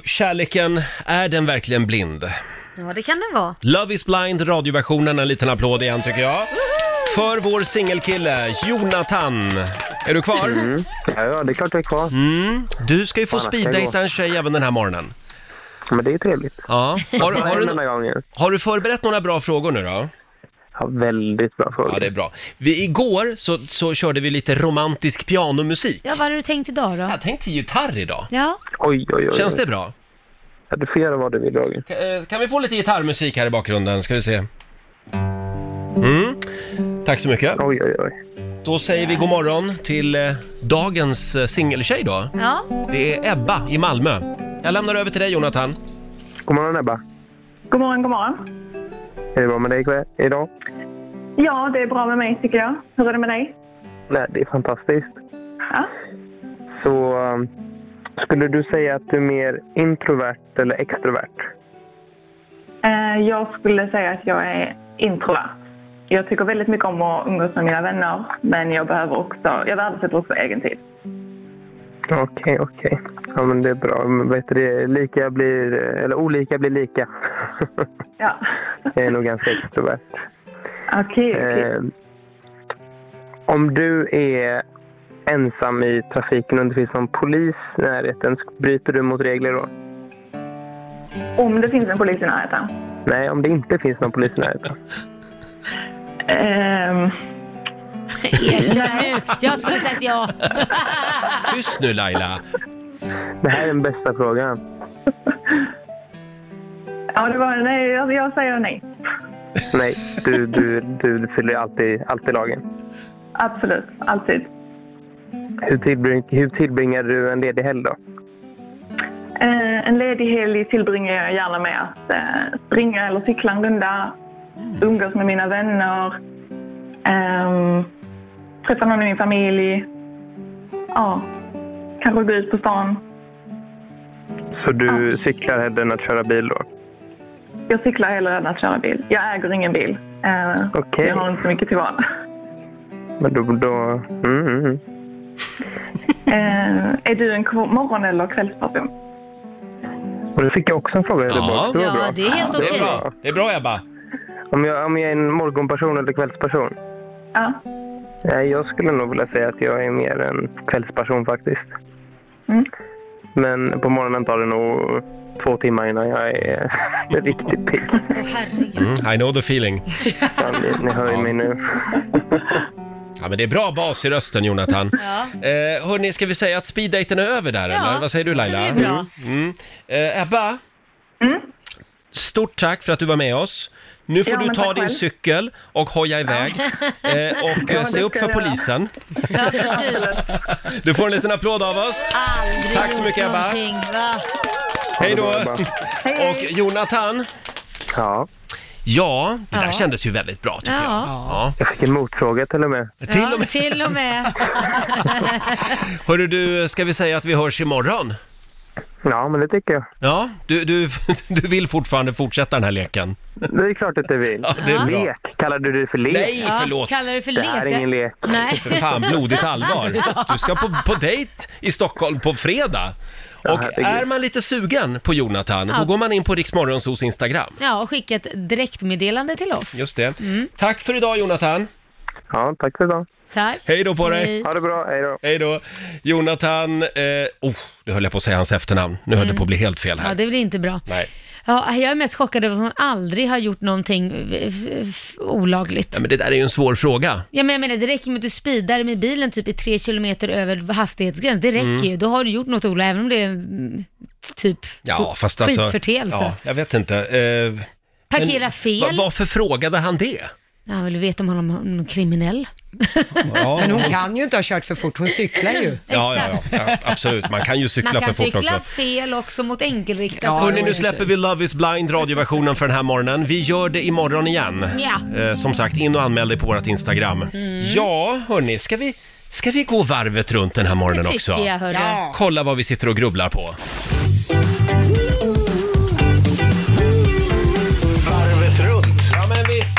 Kärleken, är den verkligen blind?
Ja, det kan det vara.
Love is blind, radioversionen. En liten applåd igen tycker jag. För vår singelkille, Jonathan. Är du kvar?
Ja, ja, det är klart jag är kvar.
Mm. Du ska ju få
Mm. Fan, jag ska
speeddejta
gå.
en tjej även den här morgonen.
Men det är trevligt.
Ja. Har, har,
Har den här
du,
gången.
har du förberett några bra frågor nu då?
Ja, väldigt bra fråga.
Ja, det är bra. Vi, igår så, så körde vi lite romantisk pianomusik.
Ja, vad har du tänkt idag då?
Jag tänkte gitarr idag.
Ja,
Oj, oj, oj.
Känns det bra?
Ja, du får göra vad du vill Roger.
K- eh, Kan vi få lite gitarrmusik här i bakgrunden? Ska vi se. Mm. Tack så mycket.
Oj, oj, oj.
Då säger vi god morgon till eh, dagens eh, singeltjej då.
ja.
Det är Ebba i Malmö. Jag lämnar över till dig Jonathan.
God morgon Ebba.
God morgon, god morgon.
Är det bra med dig ikväll- idag?
Ja, det är bra med mig tycker jag. Hur är det med dig?
Nej, det är fantastiskt.
Ja.
Så um, skulle du säga att du är mer introvert eller extrovert?
Eh, Jag skulle säga att jag är introvert. Jag tycker väldigt mycket om att umgås med mina vänner, men jag behöver också, jag värdesätter också egen tid.
Okej, okej. Ja, men det är bra. Men Vet du, det, lika blir, eller olika blir lika.
Ja.
Det är nog ganska extrovert.
Okej, okej.
Eh, om du är ensam i trafiken och det finns någon polis i närheten, sk- bryter du mot regler då?
Om det finns en polis i närheten.
Nej, om det inte finns någon polis i närheten.
Ehm,
Erkänn nu. Jag skulle sagt ja.
Tyst nu Laila!
Det här är den bästa frågan.
ja, det var nej. Jag, jag säger nej.
Nej, du, du, du fyller alltid, alltid lagen.
Absolut. Alltid.
Hur, tillbring, hur tillbringar du en ledig helg då?
Eh, en ledig helg tillbringar jag gärna med att eh, springa eller cykla en runda, umgås med mina vänner, ehm, träffa någon i min familj. Ja, kanske gå ut på stan.
Så du cyklar hellre än att köra bil då?
Jag cyklar hellre än att köra bil. Jag äger ingen bil. Eh,
Okej.
Jag har inte så mycket till val.
Men då... då mm, mm, mm.
Eh, är du en kv- morgon eller kvällsperson?
Och då fick jag också en fråga. eller
Ja.
bara, var
Ja,
bra.
det är helt Det är okej. bra. Det är bra Ebba.
Om jag, om jag är en morgonperson eller kvällsperson?
Ja.
Nej, Jag skulle nog vilja säga att jag är mer en kvällsperson faktiskt.
Mm.
Men på morgonen tar det nog två timmar innan jag är riktigt pigg.
Mm, I know the feeling.
Ja, ni, ni hör ju mig nu.
Ja, men det är bra bas i rösten, Jonathan.
Ja.
Eh, hörni, ska vi säga att speeddaten är över där,
Ja,
eller? Vad säger du, Laila?
det blir bra.
Mm. Mm. Eh, Ebba? Stort tack för att du var med oss. Nu får
Mm? Ja,
du ta
men tack
din
själv.
cykel och hoja iväg. Eh, och eh,
det
se upp
ska
för
jag göra.
polisen.
Ja, precis.
Du får en liten applåd av oss.
Aldrig
Tack så
gjort
mycket, Ebba.
någonting, va?
Hej då!
Ha det bra,
Ebba.
Och Jonathan?
Ja?
Ja, det där
Ja.
kändes ju väldigt bra tycker
Ja.
jag. Ja.
Jag fick en motfråga till och med.
Till och
Ja, till och med.
Hörru du, ska vi säga att vi hörs imorgon?
Ja, men det tycker jag.
Ja, du, du, du vill fortfarande fortsätta den här leken?
Det är klart att du vill.
Ja, det är bra.
Lek, kallar du det för lek?
Nej,
Ja,
förlåt.
Kallar du för
Det
lek?
här är ingen lek.
Nej.
För fan, blodigt allvar. Du ska på, på dejt i Stockholm på fredag. Och
herregud.
är man lite sugen på Jonathan, då
Ja.
går man in på Riksmorgonsos Instagram.
Ja, och skicka ett direktmeddelande till oss.
Just det.
Mm.
Tack för idag Jonathan.
Ja, tack för idag.
Tack.
Hej då på dig.
Hej.
Ha det bra, hej då.
Hej då. Jonathan, eh, oh, nu höll jag på att säga hans efternamn. Nu höll det på att bli helt fel
Mm. Ja,
här.
det blir inte bra.
Nej.
Ja, jag är mest chockad över att hon aldrig har gjort någonting eh, f- f- olagligt.
Ja, men det där är ju en svår fråga.
Ja, men jag menar, det räcker med att du speedar med bilen typ i tre kilometer över hastighetsgräns. Det räcker
Mm.
ju. Då har du gjort något olagligt, även om det är mm, typ
Ja, fast alltså...
skitförteelse.
Ja, jag vet inte. Eh,
Parkera
men
fel.
va- varför frågade han det?
Han vill veta om han är någon kriminell.
Ja,
Men hon kan ju inte ha kört för fort, hon cyklar ju.
ja, ja, ja, absolut. Man kan ju cykla för fort också.
fel också mot enkelriktat.
Ja,
Hörni,
i
nu
och för
släpper vi Love is blind, radioversionen för den här morgonen. Vi gör det imorgon igen.
Ja.
Eh, som sagt, in och anmäl dig på vårt Instagram.
Mm.
Ja, hörni, ska vi, ska vi gå varvet runt den här morgonen också?
Tycker jag, hörru.
Ja.
Kolla vad vi sitter och grubblar på.
Varvet runt.
Ja, men visst.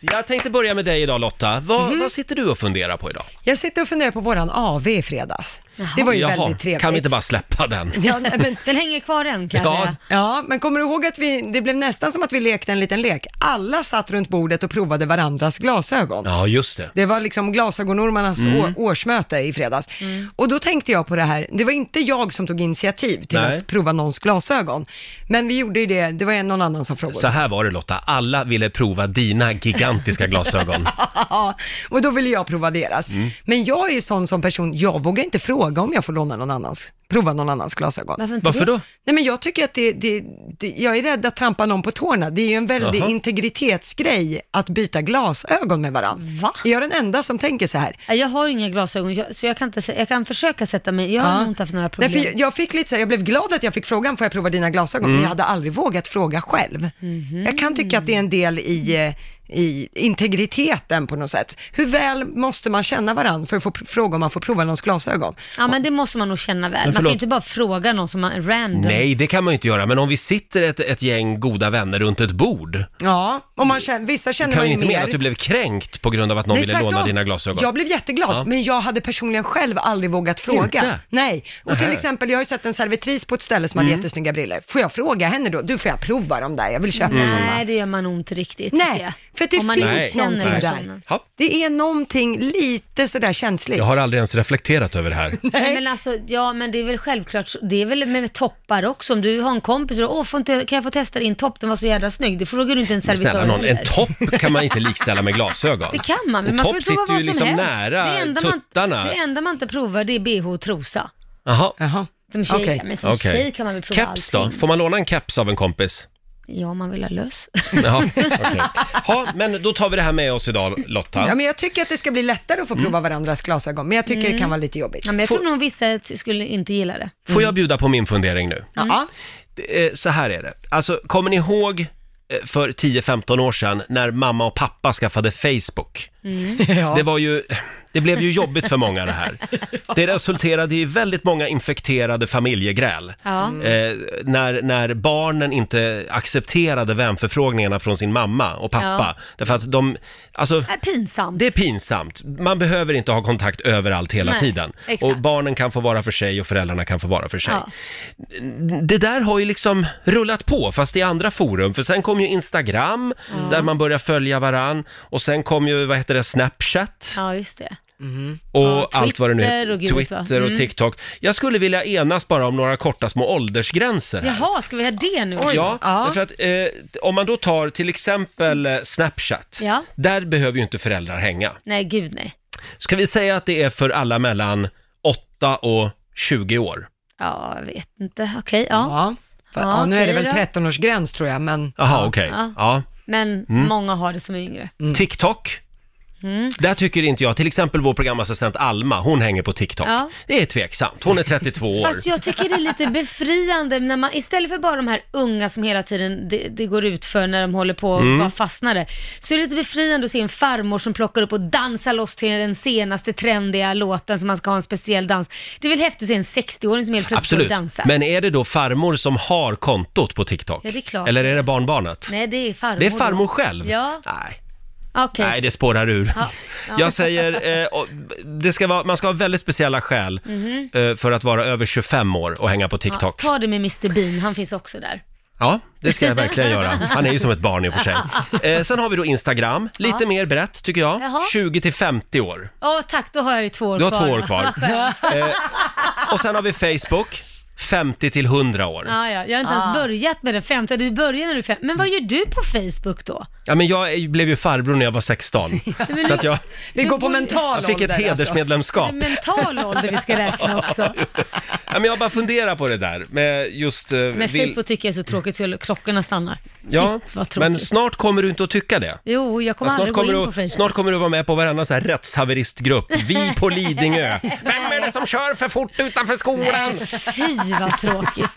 Jag tänkte börja med dig idag Lotta. Vad,
Mhm.
vad sitter du och funderar på idag?
Jag sitter och funderar på våran AV i fredags. Det var ju väldigt trevligt.
kan vi inte bara släppa den?
Ja, men,
Den hänger kvar än kan
Ja.
jag säga.
ja, men kommer du ihåg att vi, det blev nästan som att vi lekte en liten lek. Alla satt runt bordet och provade varandras glasögon.
Ja, just det.
Det var liksom glasögonormarnas
Mm.
å- årsmöte i fredags. Och då tänkte jag på det här, det var inte jag som tog initiativ till
Nej.
att prova någons glasögon. Men vi gjorde ju det, det var en- någon annan som frågade.
Så här var det Lotta, alla ville prova dina gigantiska glasögon.
Ja, och då ville jag prova deras.
Mm.
Men jag är ju sån som person, jag vågar inte fråga om jag får låna någon annans, prova någon annans glasögon.
inte
Varför
det?
då?
Nej men jag tycker att det, det, det, jag är rädd att trampa någon på tårna. Det är ju en väldig
Jaha.
integritetsgrej att byta glasögon med varandra.
Va?
Är jag den enda som tänker så här?
Ja, Jag har inga glasögon, jag- så jag kan, inte, sä- jag kan försöka sätta mig. Jag har nog inte haft några problem.
Ah. Nej, för jag, jag fick lite så här, jag blev glad att jag fick frågan, får
Mm.
Mhm.
jag prova dina glasögon? Men jag hade aldrig vågat fråga själv. Jag kan tycka att det är en del i, eh, i integriteten på något sätt. Hur väl måste man känna varandra för att få pr- fråga om man får prova någons glasögon?
Ja, men det måste man nog känna väl.
Men
Man kan ju
förlåt.
inte bara fråga någon som man random.
Nej, det kan man ju inte göra, men om vi sitter ett, ett gäng goda vänner runt ett bord,
Ja, och man känner, vissa
kan man
känner man
ju
ju
inte mena att du
mer.
blev kränkt på grund av att någon ville
tvärtom.
låna dina glasögon.
Jag blev jätteglad,
Ja.
men jag hade personligen själv aldrig vågat fråga.
Inte?
Nej. Och till
Nähä.
exempel, jag har ju sett en servitris på ett ställe som hade
Mm.
jättesnygga briller. Får jag fråga henne då? Du, får jag prova dem där? Jag vill köpa
Mm.
Nej,
sådana.
det gör man nog inte riktigt. tycker
Nej,
jag.
för det
Om man
finns
inte
någonting
känner
där.
personen.
Det är någonting lite sådär känsligt.
Jag har aldrig ens reflekterat över det här.
Nej. Men alltså, ja men det är väl självklart, så- det är väl med toppar också. Om du har en kompis och åh, får inte, kan jag få testa din topp? Den var så jävla snygg. Det frågar du inte en
Men
servitör
snälla någon, en
heller.
topp kan man inte likställa med glasögon.
Det kan man, men
Och
man får
topp
väl prova
sitter
vad
ju
som
liksom
helst. det
nära
enda
tuttarna.
Man, det enda man inte provar det är bh och trosa.
Jaha.
Som tjej,
Okej.
men som
Okej.
tjej kan man väl prova
Keps då? Får man låna en keps av en kompis?
Ja, om man vill ha löss.
Jaha, okej. Ja, men då tar vi det här med oss idag Lotta.
Ja, men jag tycker att det ska bli lättare att få
Mm.
prova varandras glasögon, men jag tycker det
Mm.
kan vara lite jobbigt.
Ja, men jag tror nog vissa t- skulle inte gilla det.
Får jag bjuda på min fundering nu?
Ja.
Det är- Så här är det. Alltså, kommer ni ihåg eh, för 10-15 år sedan när mamma och pappa skaffade Facebook? Det var ju... Det blev ju jobbigt för många det här. Det resulterade i väldigt många infekterade familjegräl.
Ja.
Eh, när, när barnen inte accepterade vänförfrågningarna från sin mamma och pappa.
Ja.
Därför att de... Alltså,
Det är pinsamt.
det är pinsamt. Man behöver inte ha kontakt överallt hela
Nej,
tiden.
exakt.
Och barnen kan få vara för sig och föräldrarna kan få vara för sig.
Ja.
Det där har ju liksom rullat på, fast i andra forum. För sen kom ju Instagram,
Ja.
där man börjar följa varann. Och sen kom ju, vad heter det, Snapchat.
Ja, just det.
Och
Ja,
allt vad det nu
Twitter och gud vet vad.
Twitter och
Mm.
TikTok. Jag skulle vilja enas bara om några korta små åldersgränser här.
Jaha, ska vi ha det nu?
Ja, för att eh, om man då tar till exempel eh, Snapchat,
Ja.
där behöver ju inte föräldrar hänga.
Nej, gud nej.
Ska vi säga att det är för alla mellan 8 och 20 år?
Ja, jag vet inte. Okej, ja.
Ja, nu är det
okej
väl
då.
13-årsgräns tror jag, men...
Jaha, okej.
Ja.
Ja.
Men
Mm.
många har det som är yngre.
TikTok?
Mm.
Där tycker inte jag, till exempel vår programassistent Alma, hon hänger på TikTok.
Ja.
Det är tveksamt, hon är 32 år.
Fast jag tycker det är lite befriande när man, istället för bara de här unga som hela tiden det, det går ut för när de håller på och
Mm.
bara fastnar där, så är det lite befriande att se en farmor som plockar upp och dansar loss till den senaste trendiga låten som man ska ha en speciell dans. Det är väl häftigt att se en 60-åring som helt plötsligt står och
Absolut.
dansar.
Men är det då farmor som har kontot på TikTok?
Ja, det är klart.
Eller är det barnbarnet?
Nej, det är farmor.
Det är farmor själv?
Ja.
Nej.
Okej.
Nej, det spårar ur.
Ja, ja.
Jag säger, eh, och det ska vara, man ska ha väldigt speciella skäl
Mhm.
eh, för att vara över 25 år och hänga på
Ja,
TikTok.
ta det med Mr Bean, han finns också där.
Ja, det ska jag verkligen göra. Han är ju som ett barn i och för sig. Eh, sen har vi då Instagram, lite
Ja.
mer brett tycker jag.
Jaha.
20 till 50 år.
Ja, tack, då har jag ju två år
Du har
kvar.
två år kvar.
Vad skönt.
Eh, och sen har vi Facebook, 50 till 100 år.
Ja, ja, jag har inte
Ah.
ens börjat med den femte, du börjar när du är fem. Men vad gör du på Facebook då?
Ja, men jag är- blev ju farbror när jag var 16.
men
Så
du-
att jag,
Det går på mental
Jag fick ett
ålder, alltså.
hedersmedlemskap.
Det är mental ålder vi ska räkna också.
Ja, men jag bara funderar på det där med just... eh,
Men
vill-
Facebook tycker jag är så tråkigt, så klockorna stannar.
Ja,
Shit, vad tråkigt.
men snart kommer du inte att tycka det.
Jo, jag kommer
Ja, snart,
aldrig gå in
kommer
på
du,
Facebook.
snart kommer du vara med på varenda så här rättshaveristgrupp. Vi på Lidingö. Vem är det som kör för fort utanför skolan?
Nej, fy vad tråkigt.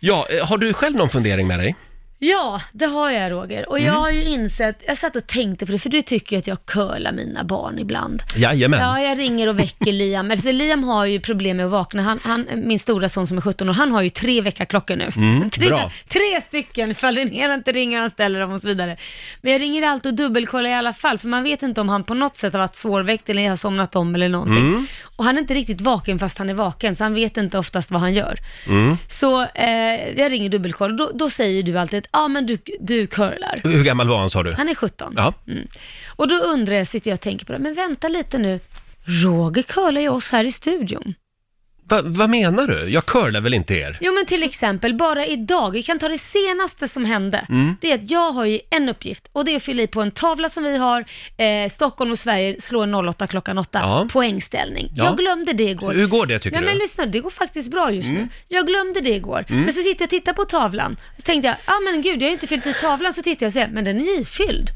Ja, eh, har du själv någon fundering med dig?
Ja, det har jag Roger. Och jag
Mm.
har ju insett, jag satt och tänkte på det, för du tycker ju att jag curlar mina barn ibland.
Jajamän.
Ja, jag ringer och väcker Liam. Alltså, Liam har ju problem med att vakna. Han, han, min stora son som är 17 år, han har ju tre väckarklockor nu.
Mm,
tre,
bra.
tre stycken, ifall den ena inte ringer, han ställer dem och så vidare. Men jag ringer alltid och dubbelkollar i alla fall, för man vet inte om han på något sätt har varit svårväckt eller har somnat om eller någonting.
Mm.
Och han är inte riktigt vaken fast han är vaken, så han vet inte oftast vad han gör.
Mm.
Så eh, jag ringer dubbelkoll och då, då säger du alltid att ah, men du, du curlar.
Hur gammal var han sa du?
Han är 17.
Ja.
Mm. Och då undrar jag, sitter jag och tänker på det, men vänta lite nu. Roger curlar ju oss här i studion.
Va, vad menar du? Jag curlar väl inte er?
Jo men till exempel, bara idag, vi kan ta det senaste som hände.
Mm.
Det är att jag har ju en uppgift och det är att fylla i på en tavla som vi har, eh, Stockholm och Sverige slår 08 klockan 8,
Ja.
poängställning.
Ja.
Jag glömde det igår.
Hur går det, tycker
Nej,
du?
men lyssna, det går faktiskt bra just
Mm.
nu. Jag glömde det igår.
Mm.
Men så sitter jag och tittar på tavlan, så tänkte jag, ah men gud, jag har ju inte fyllt i tavlan, så tittar jag och säger, men den är ifylld.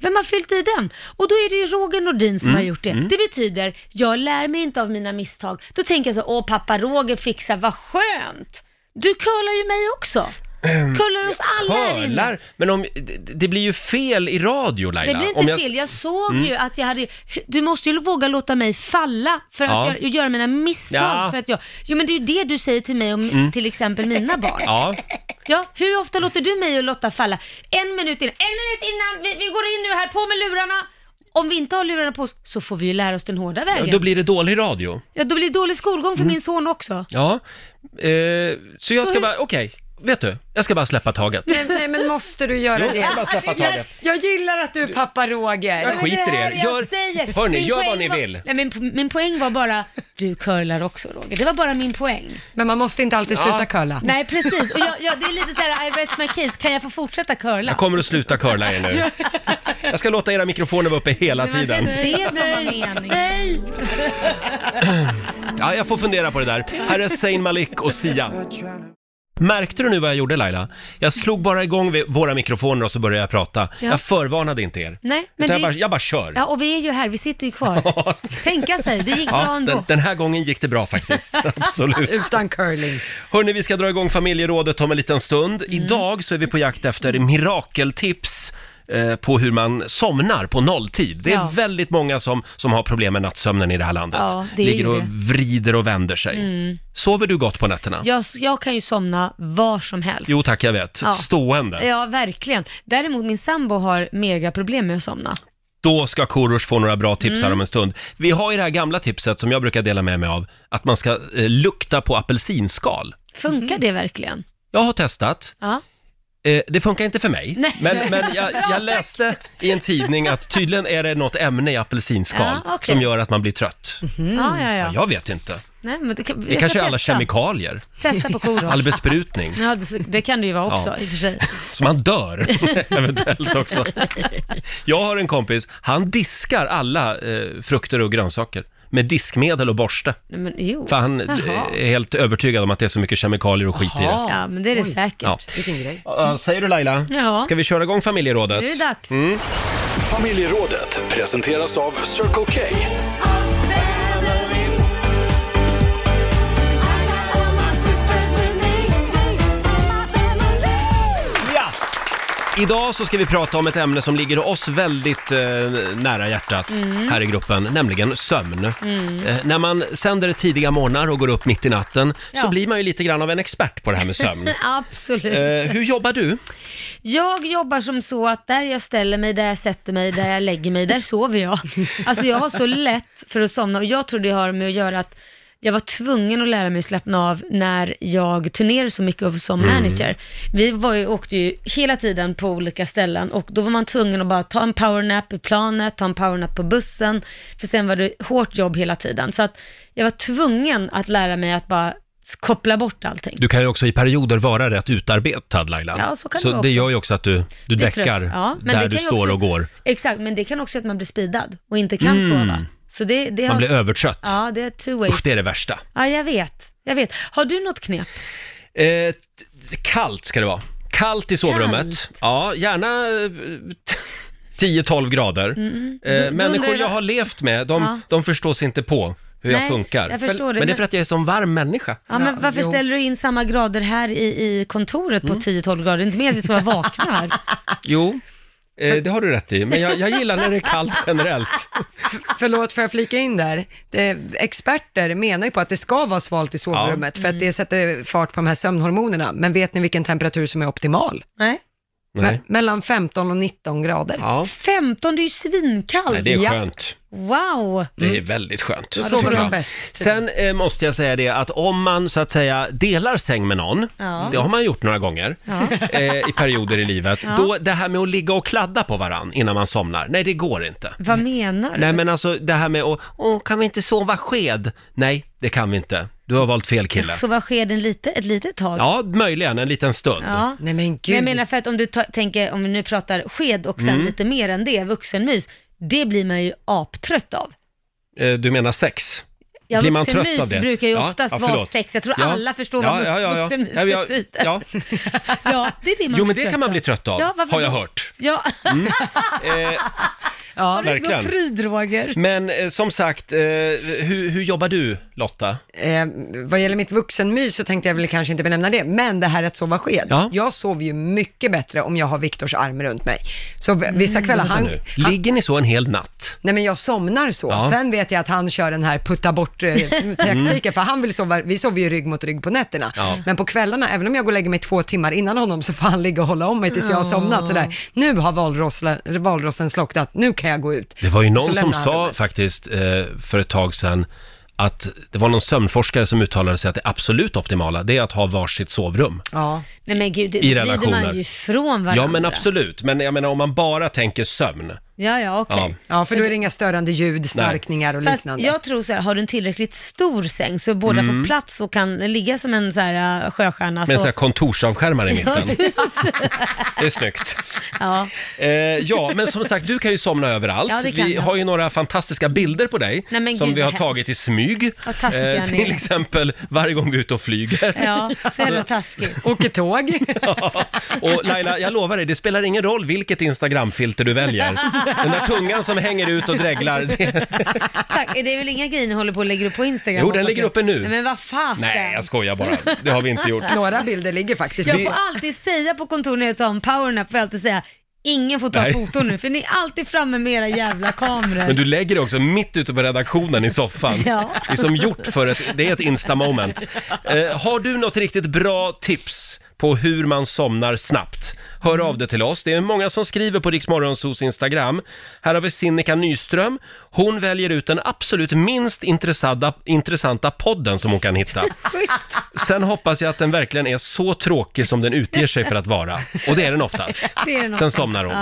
Vem har fyllt i den? Och då är det ju Roger Nordin som
Mm.
har gjort det.
Mm.
Det betyder, jag lär mig inte av mina misstag. Då tänker jag så, åh pappa Roger fixar, vad skönt. Du curlar ju mig också. Curlar oss alla här inne.
Curlar? Men om, det, det blir ju fel i radio Laila.
Det blir
om
inte fel. Jag såg
Mm.
ju att jag hade... Du måste ju våga låta mig falla för att
Ja.
jag, jag gör mina misstag.
Ja.
För att jag... Jo, men det är ju det du säger till mig om
Mm.
till exempel mina barn.
Ja.
Ja, hur ofta låter du mig och Lotta falla? En minut innan, en minut innan, vi, vi går in nu här, på med lurarna. Om vi inte har lurarna på oss så får vi ju lära oss den hårda vägen.
Ja, då blir det dålig radio.
Ja, då blir det dålig skolgång för
Mm.
min son också.
Ja, eh, så jag
Så
ska
hur-
bara, okej, vet du, jag ska bara släppa taget.
Men, nej, men måste du göra
Jo,
det?
jag bara släppa taget.
Jag gillar att du är pappa Roger.
Jag skiter i er. Gör- hörni, gör vad ni vill.
Nej, min, min poäng var bara, du curlar också Roger. Det var bara min poäng.
Men man måste inte alltid sluta
Ja.
curla.
Nej, precis. Och jag, jag, det är lite så här, I rest my case, kan jag få fortsätta curla?
Jag kommer att sluta curla er nu. Jag ska låta era mikrofoner vara uppe hela
Det var
tiden.
inte det som var meningen.
Nej!
Ja, jag får fundera på det där. Här är Zayn Malik och Sia. Märkte du nu vad jag gjorde Laila? Jag slog bara igång vid våra mikrofoner och så började jag prata.
Ja.
Jag förvarnade inte er.
Nej, men
Utan jag,
det...
bara, jag bara kör.
Ja, och vi är ju här, vi sitter ju kvar. Tänka sig, det gick bra
Ja,
ändå.
den, den här gången gick det bra faktiskt. Absolut.
Utan curling.
Hörni, vi ska dra igång familjerådet om en liten stund.
Mm.
Idag så är vi på jakt efter mirakeltips eh, på hur man somnar på nolltid. Det är
Ja.
väldigt många som, som har problem med nattsömnen i det här landet.
Ja, det är
Ligger
ju
och
det.
vrider och vänder sig.
Mm.
Sover du gott på nätterna?
Jag, jag kan ju somna var som helst.
Jo tack, jag vet.
Ja.
Stående.
Ja, verkligen. Däremot min sambo har mega problem med att somna.
Då ska Korosh få några bra tips här
Mm.
om en stund. Vi har ju det här gamla tipset som jag brukar dela med mig av, att man ska eh, lukta på apelsinskal.
Funkar
Mm.
det verkligen?
Jag har testat.
Ja.
Eh, det funkar inte för mig,
Nej.
men, men jag, jag läste i en tidning att tydligen är det något ämne i apelsinskal
Ja, okej.
som gör att man blir trött.
Mm.
Ja, ja, ja.
Jag vet inte.
Nej, men det kan,
Det
jag
kanske är
ska
alla
testa.
kemikalier.
Testa på Korosh.
All besprutning.
Ja, det, det kan det ju vara också
Ja.
i och för sig.
Så man dör eventuellt också. Jag har en kompis, han diskar alla eh, frukter och grönsaker med diskmedel och borste.
Nej, men jo.
För han eh,
Jaha.
är helt övertygad om att det är så mycket kemikalier och skit i det.
Ja, men det är det säkert.
Ja.
Vilken grej.
Ja, Säger du Laila?
Ja.
Ska vi köra igång familjerådet?
Nu är det dags.
Mm.
Familjerådet presenteras av Circle K.
Ja! Idag så ska vi prata om ett ämne som ligger oss väldigt eh, nära hjärtat
Mm.
här i gruppen, nämligen sömn.
Mm.
Eh, när man sänder tidiga morgnar och går upp mitt i natten så
Ja.
blir man ju lite grann av en expert på det här med sömn.
Absolut.
Eh, hur jobbar du?
Jag jobbar som så att där jag ställer mig, där jag sätter mig, där jag lägger mig, där sover jag. Alltså jag har så lätt för att somna och jag tror det har med att göra att jag var tvungen att lära mig att slappna av när jag turnerade så mycket och som
Mm.
manager. Vi var ju, åkte ju hela tiden på olika ställen och då var man tvungen att bara ta en powernap i planet, ta en powernap på bussen, för sen var det hårt jobb hela tiden. Så att jag var tvungen att lära mig att bara koppla bort allting.
Du kan ju också i perioder vara rätt utarbetad Laila.
Ja, så kan
så
det vara
det
också.
gör ju också att du, du
Blir trött.
däckar
Ja, men
där
det
du
kan ju
står
också-
och går.
Exakt, men det kan också att man blir speedad och inte kan
Mm.
sova. Så det, det
Man blir övertrött.
Ja, det är two ways.
Usch, det är det värsta.
Ja, jag vet. Jag vet. Har du något knep?
Eh, t- t- kallt ska det vara. Kallt i sovrummet.
Kallt.
Ja, gärna eh, t- 10-12 grader.
Mm.
Eh,
Du- du
människor
undrar-
jag har levt med, de,
Ja.
de förstår sig inte på hur jag
Nej,
funkar.
jag förstår det,
men det är
men-
för att jag är som varm människa.
Ja, men varför ställer du in samma grader här i, i kontoret
Mm.
på 10-12 grader? Det är inte mer att vi ska vara vakna här.
Jo, eh, det har du rätt i. Men jag, jag gillar när det är kallt generellt.
Förlåt, får jag flika in där? Det, experter menar ju på att det ska vara svalt i sovrummet för
Mm.
att det sätter fart på de här sömnhormonerna. Men vet ni vilken temperatur som är optimal?
Nej.
Nej.
Me- mellan 15 och 19 grader.
Ja.
15, det är ju svinkallt.
Nej, det är
Ja.
skönt.
Wow.
Det är väldigt skönt.
Mm. Då sover
tycker
de
jag.
bäst.
Sen eh, måste jag säga det att om man så att säga delar säng med någon,
Ja.
det har man gjort några gånger eh, i perioder i livet,
Ja.
då det här med att ligga och kladda på varann innan man somnar, nej det går inte.
Vad menar du?
Nej men alltså det här med att, åh kan vi inte sova sked? Nej, det kan vi inte. Du har valt fel kille.
Så vad sker den lite, ett litet tag?
Ja, möjligen en liten stund.
Ja.
Nej men
Men jag menar för att om du ta, tänker, om vi nu pratar sked och sen
Mm.
lite mer än det, vuxenmys, det blir man ju aptrött av.
Eh, Du menar sex?
Ja,
Blir man
vuxenmys
trött av det?
brukar ju
Ja,
oftast
ja,
vara
förlåt.
sex. Jag tror
Ja.
alla förstår
Ja,
vad
ja, ja, ja.
vuxenmys
Ja, ja,
betyder.
ja.
ja, det är det man
Jo
blir
men det
trött
kan man
av.
bli trött av,
Ja, varför
har jag
då?
hört.
Ja.
Mm. Eh,
Ja,
det är så pryd, Roger.
Men eh, som sagt, eh, hur, hur jobbar du Lotta?
Eh, vad gäller mitt vuxenmys så tänkte jag väl kanske inte benämna det, men det här att sova sked.
Ja.
Jag sover ju mycket bättre om jag har Viktors arm runt mig. Så v- vissa kvällar,
Vänta
han,
nu.
han,
Ligger ni så en hel natt?
Nej men jag somnar så.
Ja. Mm.
Sen vet jag att han kör den här putta bort eh, taktiken för han vill sova, vi sover ju rygg mot rygg på nätterna.
Ja.
Men på kvällarna, även om jag går och lägger mig två timmar innan honom så får han ligga och hålla om mig tills jag har somnat sådär. Nu har valrossla- valrossen slocknat, nu kan jag gå ut.
Det var ju
Så
någon som
lämnar han
sa faktiskt eh, för ett tag sedan att det var någon sömnforskare som uttalade sig att det absolut optimala, det är att ha varsitt sovrum.
Ja.
Nej men gud, det
I
glider
relationer.
man ju ifrån varandra.
Ja men absolut, men jag menar om man bara tänker sömn.
Ja, ja, okej.
Ja.
Ja, för då är det inga störande ljud, snarkningar och
Fast
liknande.
jag tror så här, har du en tillräckligt stor säng så båda
Mm.
får plats och kan ligga som en så här äh, sjöstjärna.
Med en sån här kontorsavskärmare i
Ja,
mitten.
typ.
Det är snyggt.
ja.
Eh, ja, men som sagt, du kan ju somna överallt.
Ja, det kan
vi
jag.
har ju några fantastiska bilder på dig
Nej, men
som
gud,
vi har
vad hemskt.
tagit i smyg. Eh,
Vad taskiga ni
till
är.
exempel varje gång vi är ute och flyger.
ja, så jävla taskigt.
Åker tåg.
Och Laila, jag lovar dig, det spelar ingen roll vilket Instagramfilter du väljer. Den där tungan som hänger ut och dreglar, det...
Tack, det är väl inga grejer ni håller på och lägger upp på Instagram?
Jo, den
hoppas
ligger
jag.
uppe nu.
Nej, men vad fasen.
Nej, alltså, jag skojar bara. Det har vi inte gjort.
Några bilder ligger faktiskt
Jag får alltid säga på kontoret när jag tar en powernap, får jag alltid säga Ingen får ta
Nej.
foton nu, för ni är alltid framme med era jävla kameror.
Men du lägger det också mitt ute på redaktionen i soffan.
Ja.
Det är som gjort för ett, det är ett Insta-moment. Eh, har du något riktigt bra tips på hur man somnar snabbt? Hör av dig till oss. Det är många som skriver på Riksmorgonsos Instagram. Här har vi Sinikka Nyström. Hon väljer ut den absolut minst intressanta, intressanta podden som hon kan hitta.
Schysst!
Sen hoppas jag att den verkligen är så tråkig som den utger sig för att vara. Och det är den oftast.
Det är den
Sen
också.
somnar hon.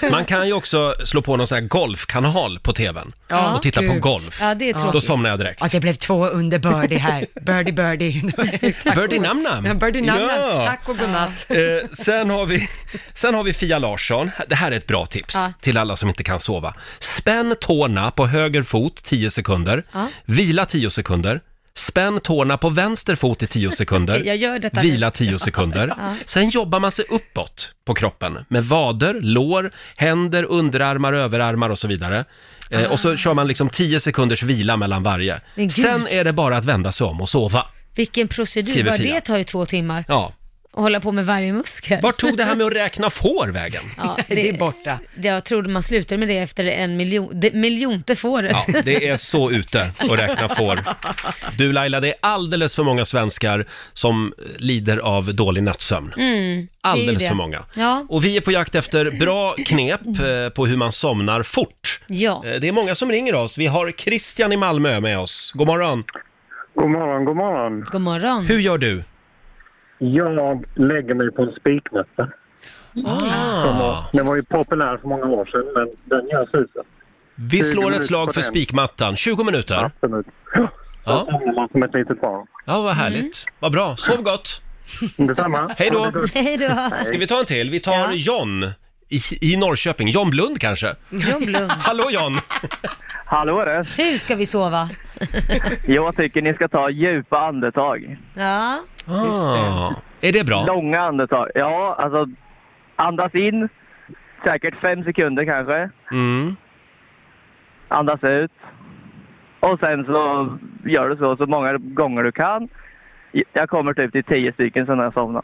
Ja.
Man kan ju också slå på någon sån här golfkanal på tvn
Ja,
och titta på
gud.
golf.
Ja, det är
Då
tråkigt.
somnar jag direkt.
Att det blev två under birdie här. Birdie, birdie.
Birdie namnam.
Ja, birdie namnam.
Ja.
Tack och godnatt.
Eh, sen, har vi, sen har vi Fia Larsson. Det här är ett bra tips
Ja.
till alla som inte kan sova. Spänn tårna på höger fot 10 sekunder.
Ja.
Vila 10 sekunder. Spänn tårna på vänster fot i 10 sekunder.
Okej, jag gör detta nu.
Vila 10 sekunder.
Ja.
Sen jobbar man sig uppåt på kroppen med vader, lår, händer, underarmar, överarmar och så vidare. Eh, Och så kör man liksom 10 sekunders vila mellan varje.
Ah. Men gud.
Sen är det bara att vända sig om och sova.
Vilken procedur,
Skriver
bara
Fia.
det tar ju två timmar.
Ja.
Och hålla på med varje muskel.
Vart tog det här med att räkna får vägen?
Ja,
det är borta.
Det, jag trodde man slutade med det efter en miljon, det, miljonte fåret.
Ja, det är så ute att räkna får. Du Laila, det är alldeles för många svenskar som lider av dålig nattsömn.
Mm, det är ju
Alldeles
det.
för många.
Ja.
Och vi är på jakt efter bra knep
Mm.
eh, på hur man somnar fort.
ja.
Eh, Det är många som ringer oss. Vi har Christian i Malmö med oss. God morgon.
God morgon, god morgon.
God morgon.
Hur gör du?
Jag lägger mig på en spikmatta. Som
Ah.
var- Den var ju populär för många år sedan, men den gör susen.
Vi
20
slår ett
minuter
slag
på
för
den.
spikmattan. 20 minuter.
Absolut. Ja.
Ja,
Då somnar man som ett litet barn.
ja vad härligt. Vad bra. Sov gott.
Detsamma.
Hej då.
Hej då.
Ska vi ta en till? Vi tar John i, i Norrköping. John Blund kanske?
John Blund.
Hallå John!
Hallå där.
Hur ska vi sova?
Jag tycker ni ska ta djupa andetag.
Ja,
Ah, är det bra?
Långa andetag. Ja, alltså andas in, säkert fem sekunder kanske.
Mm.
Andas ut. Och sen så gör du så, så många gånger du kan. Jag kommer typ till tio stycken sen när jag somnar.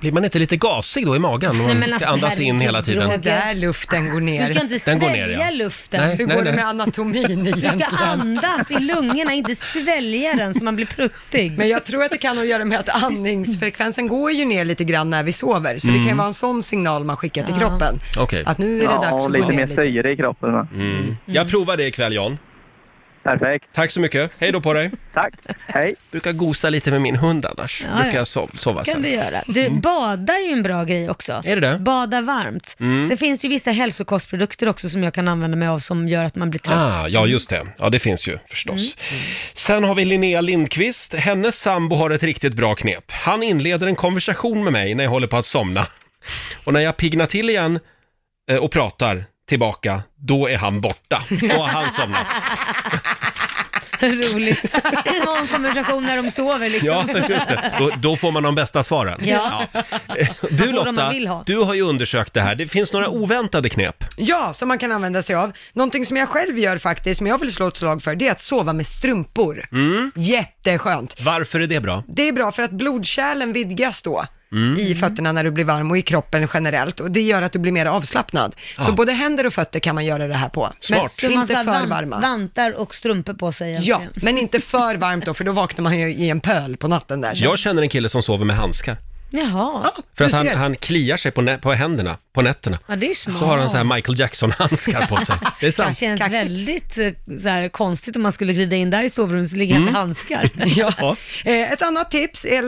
Blir man inte lite gasig då i magen? om
Nej,
man
men alltså,
andas
herregud,
in hela tiden.
Roger. Det där
luften går ner.
Du ska inte
Den går
svälja
ner, ja.
luften.
Nej,
Hur
nej,
går
nej.
det med anatomin
Du
egentligen?
ska andas i lungorna, inte svälja den så man blir pruttig.
Men jag tror att det kan ha att göra med att andningsfrekvensen går ju ner lite grann när vi sover, så det
Mm.
kan vara en sån signal man skickar till
Ja.
kroppen.
Okej.
Att nu är det dags att gå ner lite.
syre i kroppen.
Mm. Jag provar det ikväll John.
Perfekt.
Tack så mycket. Hej då på dig.
Tack. Hej.
Brukar gosa lite med min hund annars.
Ja,
Brukar
ja.
jag sov- sova sen. Mm.
kan du göra. Du, bada är ju en bra grej också.
Är det det?
Bada varmt.
Mm.
Sen finns det ju vissa hälsokostprodukter också som jag kan använda mig av som gör att man blir trött.
Ah,
Mm.
ja, just det. Ja, det finns ju förstås. Sen har vi Linnea Lindqvist. Hennes sambo har ett riktigt bra knep. Han inleder en konversation med mig när jag håller på att somna. Och när jag piggnar till igen eh, och pratar tillbaka, då är han borta. Då har han somnat.
roligt. En morgonkonversation när de sover
Ja,
liksom.
just det. Då, då får man de bästa svaren.
Ja.
Du
de
Lotta,
man vill ha.
du har ju undersökt det här. Det finns några oväntade knep.
Ja, som man kan använda sig av. Någonting som jag själv gör faktiskt, som jag vill slå ett slag för, det är att sova med strumpor.
Mm.
Jätteskönt.
Varför är det bra?
Det är bra för att blodkärlen vidgas då
Mm.
i fötterna när du blir varm och i kroppen generellt och det gör att du blir mer avslappnad. Så
Ja.
både händer och fötter kan man göra det här på.
Så
Men
man ska
inte
ha
för
van-
varma.
vantar och strumpor på sig
Ja,
egentligen.
men inte för varmt då, för då vaknar man ju i en pöl på natten där.
Jag känner en kille som sover med handskar.
Jaha.
För att han, han kliar sig på, nä- på händerna på nätterna.
Ja, det är smart.
Så har han så här Michael Jackson-handskar på sig. Det är sant.
känns väldigt eh, så här, konstigt om man skulle glida in där i sovrummet så ligger han med
Mm.
handskar.
Ja.
Eh, Ett annat tips är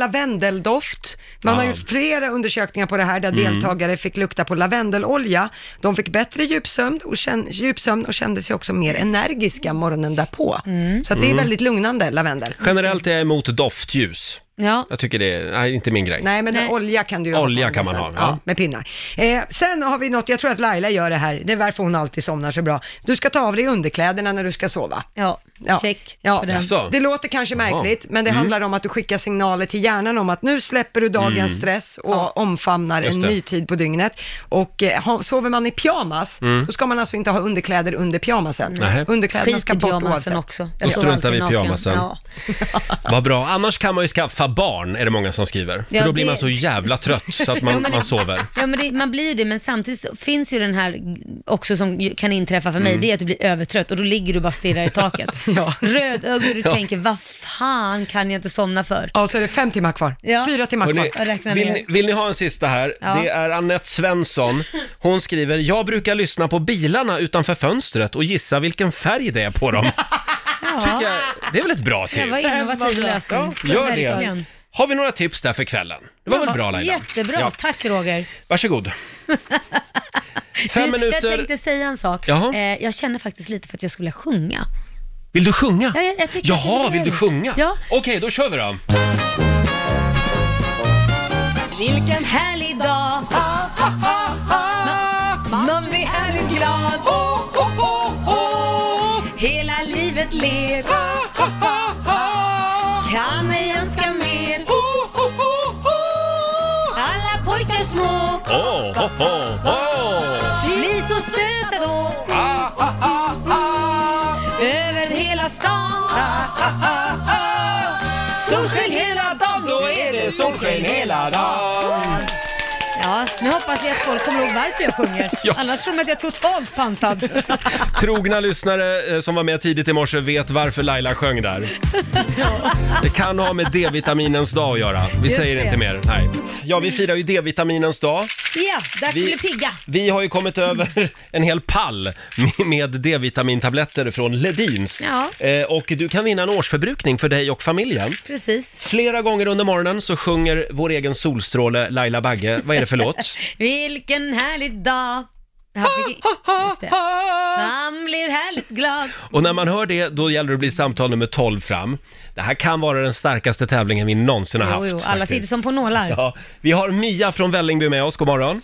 lavendeldoft. Man har
Ah.
gjort flera undersökningar på det här där
Mm.
deltagare fick lukta på lavendelolja. De fick bättre djupsömn och, kän- djupsömn och kände sig också mer energiska morgonen därpå. Så att det är
Mm.
väldigt lugnande, lavendel.
Generellt är jag emot doftljus.
Ja.
Jag tycker det är, nej, inte min grej.
Nej, men olja kan du ju ha på
Olja
andra
kan man
sätt.
ha, ja.
Ja, med pinnar. Eh, sen har vi något, jag tror att Laila gör det här, det är varför hon alltid somnar så bra. Du ska ta av dig underkläderna när du ska sova.
Ja, check
Ja.
på den. Jaså?
Det låter kanske
Jaha.
märkligt, men det
Mm.
handlar om att du skickar signaler till hjärnan om att nu släpper du dagens
Mm.
stress och omfamnar
Just
en
det.
ny tid på dygnet. Och eh, ha- sover man i pyjamas,
Mm.
då ska man alltså inte ha underkläder under pyjamasen.
Nej.
Underkläderna
Skit
ska
i
bort
pyjamasen
oavsett.
också.
Då
sover
struntar vi i
alltid naken.
pyjamasen.
Ja.
Vad bra. Annars kan man ju skaffa barn, är det många som skriver.
Ja,
För då blir
det-
man så jävla trött så att
Jo,
man,
men-
man sover.
Ja, men det, man blir ju det, men samtidigt så finns ju den här också som ju kan inträffa för mig,
Mm.
det är att du blir övertrött och då ligger du bara och stirrar i taket. Rödögd och du
Ja.
tänker, vad fan kan jag inte somna för?
Ja, så är det fem timmar kvar. Fyra timmar
Hörrni,
Jag räknar
vill,
ner.
ni, vill ni ha en sista här?
Ja.
Det är Annette Svensson. Hon skriver, jag brukar lyssna på bilarna utanför fönstret och gissa vilken färg det är på dem.
Ja.
Det är väl ett bra
Det
tips?
var innovativ lösning.
Mm. Gör
Verkligen.
det. Har vi några tips där för kvällen? Det var
Ja,
väl bra Laila?
Jättebra,
Ja.
tack Roger.
Varsågod. Fem
Du,
minuter.
Jag tänkte säga en sak.
Jaha.
Eh, jag känner faktiskt lite för att jag skulle vilja sjunga.
Vill du sjunga?
Ja, jag- jag tycker att
Jaha,
det är
vill du
det.
sjunga?
Ja.
Okej, då kör vi då.
Vilken härlig dag! Man, man blir härligt glad! Hela livet ler! Kan ej önska mer! Alla pojkar små
Oh, oh, oh, oh.
blir så söta då! Över hela stan! Solsken hela dagen! Då är det solsken hela dagen! Ja, nu hoppas vi att folk kommer ihåg varför jag sjunger. Annars tror de att jag är totalt pantad.
Trogna lyssnare eh, som var med tidigt i morse vet varför Laila sjöng där. Det kan ha med D-vitaminens dag att göra. Vi
Just
säger
det.
inte mer. Nej. Ja, vi firar ju D-vitaminens dag.
Ja, dags
Vi-
vi... bli pigga.
Vi har ju kommit över en hel pall med- med D-vitamintabletter från Ledins.
Ja.
Eh, Och du kan vinna en årsförbrukning för dig och familjen.
Precis.
Flera gånger under morgonen så sjunger vår egen solstråle Laila Bagge, vad är det för låt?
Vilken härlig dag. Ja, vilken- Just det. Man blir härligt glad.
Och när man hör det, då gäller det att bli samtal nummer 12 fram. Det här kan vara den starkaste tävlingen vi någonsin har
Jo,
haft.
jo, alla sitter
faktiskt.
som på nålar.
Ja, vi har Mia från Vällingby med oss, god morgon.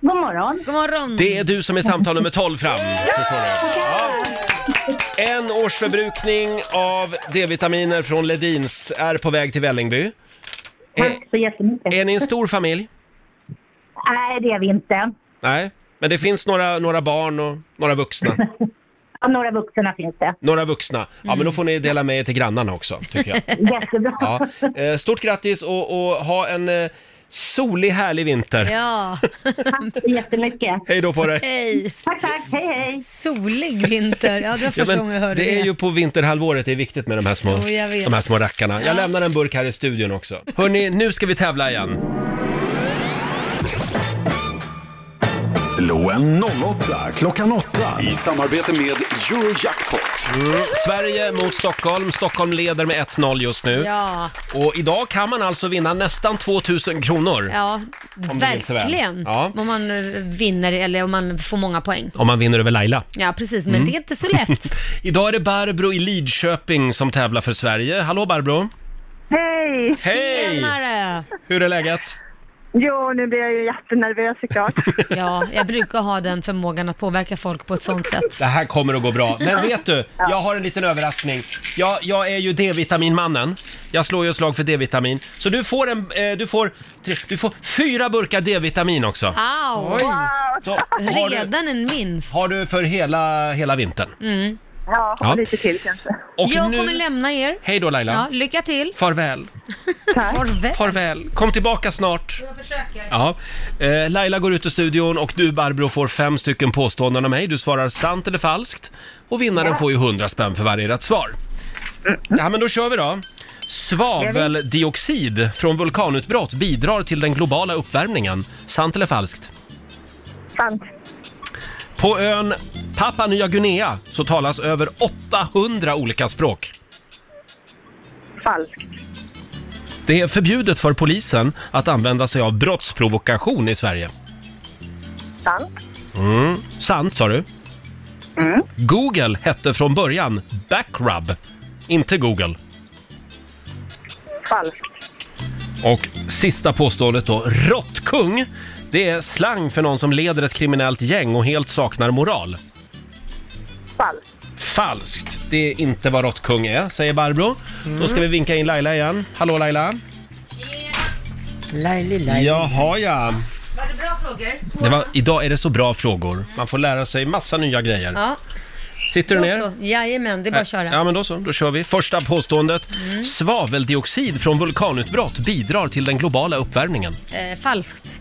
God morgon. God morgon.
Det är du som är samtal nummer 12 fram. förstår du. Ja. En årsförbrukning av D-vitaminer från Ledins är på väg till Vällingby. Tack
så jättemycket.
Är ni en stor familj?
Nej, det är vi inte.
Nej, men det finns några, några barn och några vuxna.
Ja, några vuxna finns det.
Några vuxna. Ja, men då får ni dela med er till grannarna också, tycker jag.
Jättebra.
Ja. Eh, Stort grattis och, och ha en eh, solig, härlig vinter.
Ja.
Tack så jättemycket.
Hej då på dig.
Hej.
Tack, tack. Hej, hej.
Solig vinter. Ja, det var
Ja,
första
men
gången jag hörde det.
det är ju på vinterhalvåret det är viktigt med de här små,
Jo, jag vet.
de här små rackarna.
Ja.
Jag lämnar en burk här i studion också. Hörni, nu ska vi tävla igen.
Slå en 08 klockan 8 i samarbete med Eurojackpot.
Mm. Sverige mot Stockholm. Stockholm leder med 1-0 just nu.
Ja,
Och idag kan man alltså vinna nästan 2000 kronor.
ja
Om det vill sig väl.
verkligen.
Ja.
Om man eh, vinner eller om man får många poäng.
Om man vinner över Laila.
Ja, precis, men
Mm.
det är inte så lätt.
Idag är det Barbro i Lidköping som tävlar för Sverige. Hallå Barbro!
Hej!
Hej!
Tjenare!
Hur är läget?
Jo, nu blir jag ju jättenervös såklart.
Ja, jag brukar ha den förmågan att påverka folk på ett sånt sätt.
Det här kommer att gå bra. Men vet du,
Ja.
jag har en liten överraskning. Jag, jag är ju D-vitaminmannen. Jag slår ju ett slag för D-vitamin. Så du får, en, eh, du får, tre, du får fyra burkar D-vitamin också.
Au!
Oj. har du-
Redan en minst.
Har du för hela, hela vintern.
Mm.
Ja,
Ja.
lite till kanske.
Och
jag
nu-
kommer lämna er.
Hej då Laila.
Ja, lycka till.
Farväl.
Farväl.
Farväl. Kom tillbaka snart.
Jag försöker.
Ja. Eh, Laila går ut ur studion och du Barbro får fem stycken påståenden av mig. Du svarar sant eller falskt. Och vinnaren får ju 100 spänn för varje rätt svar. Ja, men då kör vi då. Svaveldioxid från vulkanutbrott bidrar till den globala uppvärmningen. Sant eller falskt?
Sant.
På ön Papua Nya Guinea så talas över 800 olika språk.
Falskt.
Det är förbjudet för polisen att använda sig av brottsprovokation i Sverige.
Sant. Mm.
Mm. Sant sa du? Google hette från början Backrub, inte Google.
Falskt.
Och sista påståendet då, råttkung. Det är slang för någon som leder ett kriminellt gäng och helt saknar moral.
Falskt.
Falskt. Det är inte vad råttkung är, säger Barbro. Då ska vi vinka in Laila igen. Hallå Laila.
Laili, laili.
Jaha ja.
Var det bra frågor?
Det var, idag är det så bra frågor. Man får lära sig massa nya grejer.
Ja.
Sitter du
Då
ner? Äh,
så. Jajamän, det är bara att köra.
Ja, men då så. Då kör vi. Första påståendet.
Mm.
Svaveldioxid från vulkanutbrott bidrar till den globala uppvärmningen.
Eh, falskt.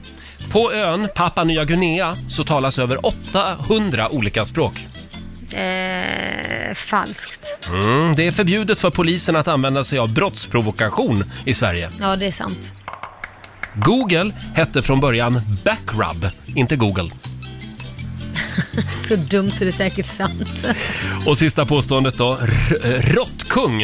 På ön Papua Nya Guinea så talas över 800 olika språk.
Eh, falskt.
Mm, det är förbjudet för polisen att använda sig av brottsprovokation i Sverige.
Ja, det är sant.
Google hette från början Backrub, inte Google.
Så dumt så det är säkert sant.
Och sista påståendet då. R- eh, Råttkung.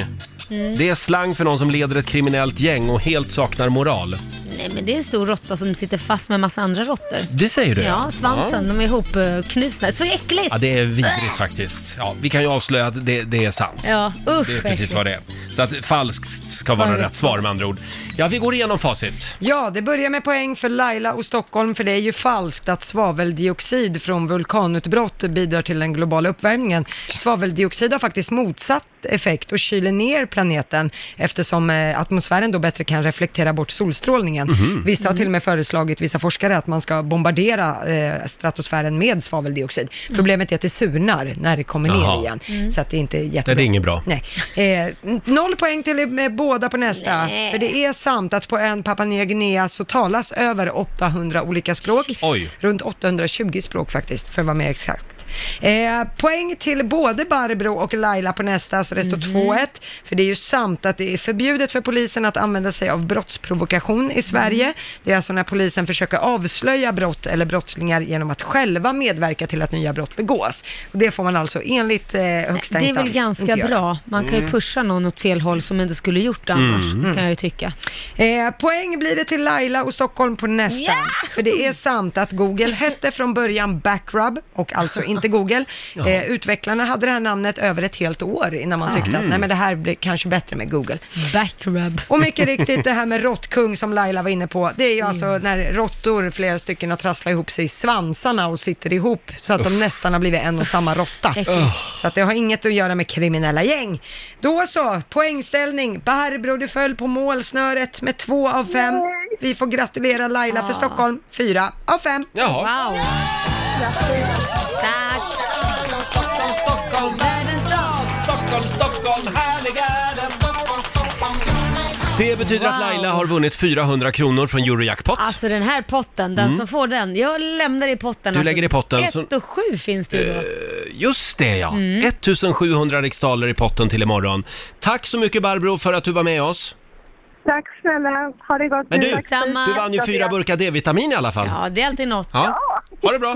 Mm.
Det är slang för någon som leder ett kriminellt gäng och helt saknar moral.
Nej, men det är en stor råtta som sitter fast med en massa andra råttor.
Det säger du?
Ja, svansen.
Ja.
De är ihopknutna. Så äckligt!
Ja, det är vidrigt faktiskt. Ja, vi kan ju avslöja att det, det är sant.
Ja, usch,
det är
vad
precis vad det är. Så att falskt ska vara
Vad är det?
rätt svar med andra ord. Ja, vi går igenom facit.
Ja, det börjar med poäng för Laila och Stockholm, för det är ju falskt att svaveldioxid från vulkanutbrott bidrar till den globala uppvärmningen. Svaveldioxid har faktiskt motsatt effekt och kyler ner planeten eftersom eh, atmosfären då bättre kan reflektera bort solstrålningen.
Mhm.
Vissa har till och med
Mm.
föreslagit, vissa forskare, att man ska bombardera eh, stratosfären med svaveldioxid. Problemet är att det surnar när det kommer ner
Mm. Jaha.
igen,
Mm.
så att det inte är jättebra.
Nej, det är inget bra.
Nej. Eh, n- noll poäng till er med båda på nästa.
Nej.
För det är sant att på ön Papua Nya Guinea så talas över 800 olika språk.
Oj.
Runt 820 språk faktiskt, för att vara mer exakt. Eh, poäng till både Barbro och Laila på nästa, så det
Mhm.
står 2-1. För det är ju sant att det är förbjudet för polisen att använda sig av brottsprovokation
Mhm.
i Sverige. Det är alltså när polisen försöker avslöja brott eller brottslingar genom att själva medverka till att nya brott begås. Och det får man alltså enligt eh, högsta
Det är väl
instans
ganska
inte göra.
bra. Man
Mm.
kan ju pusha någon åt fel håll som inte skulle gjort det annars,
Mm.
kan jag ju tycka.
Eh, poäng blir det till Laila och Stockholm på nästa. För det är sant att Google hette från början Backrub och alltså inte Google. Eh, utvecklarna hade det här namnet över ett helt år innan man tyckte att
Mm.
nej men det här blir kanske bättre med Google.
Backrub.
Och mycket riktigt det här med råttkung som Laila var inne på. Det är ju
Mm.
alltså när råttor, flera stycken, har trasslat ihop sig i svansarna och sitter ihop så att de
Uff.
nästan har blivit en och samma råtta. Så att det har inget att göra med kriminella gäng. Då så, poängställning. Barbro, du föll på målsnöret med två av fem. Vi får gratulera Laila
Ah.
för Stockholm, fyra av fem.
Jaha.
Wow.
Det betyder att
Wow.
Laila har vunnit 400 kronor från Eurojackpot.
Alltså den här potten, den
Mm.
som får den. Jag lämnar i potten.
Du
alltså.
lägger i potten,
Ett
så- Eh,
och sju finns det ju då.
Just det ja!
Mm.
1700 riksdaler i potten till imorgon. Tack så mycket Barbro för att du var med oss.
Tack snälla. Ha det gott
Men
nu.
du,
Tack för-
du vann ju fyra burkar D-vitamin i alla fall.
Ja, det är alltid något.
Ja. Ha det bra!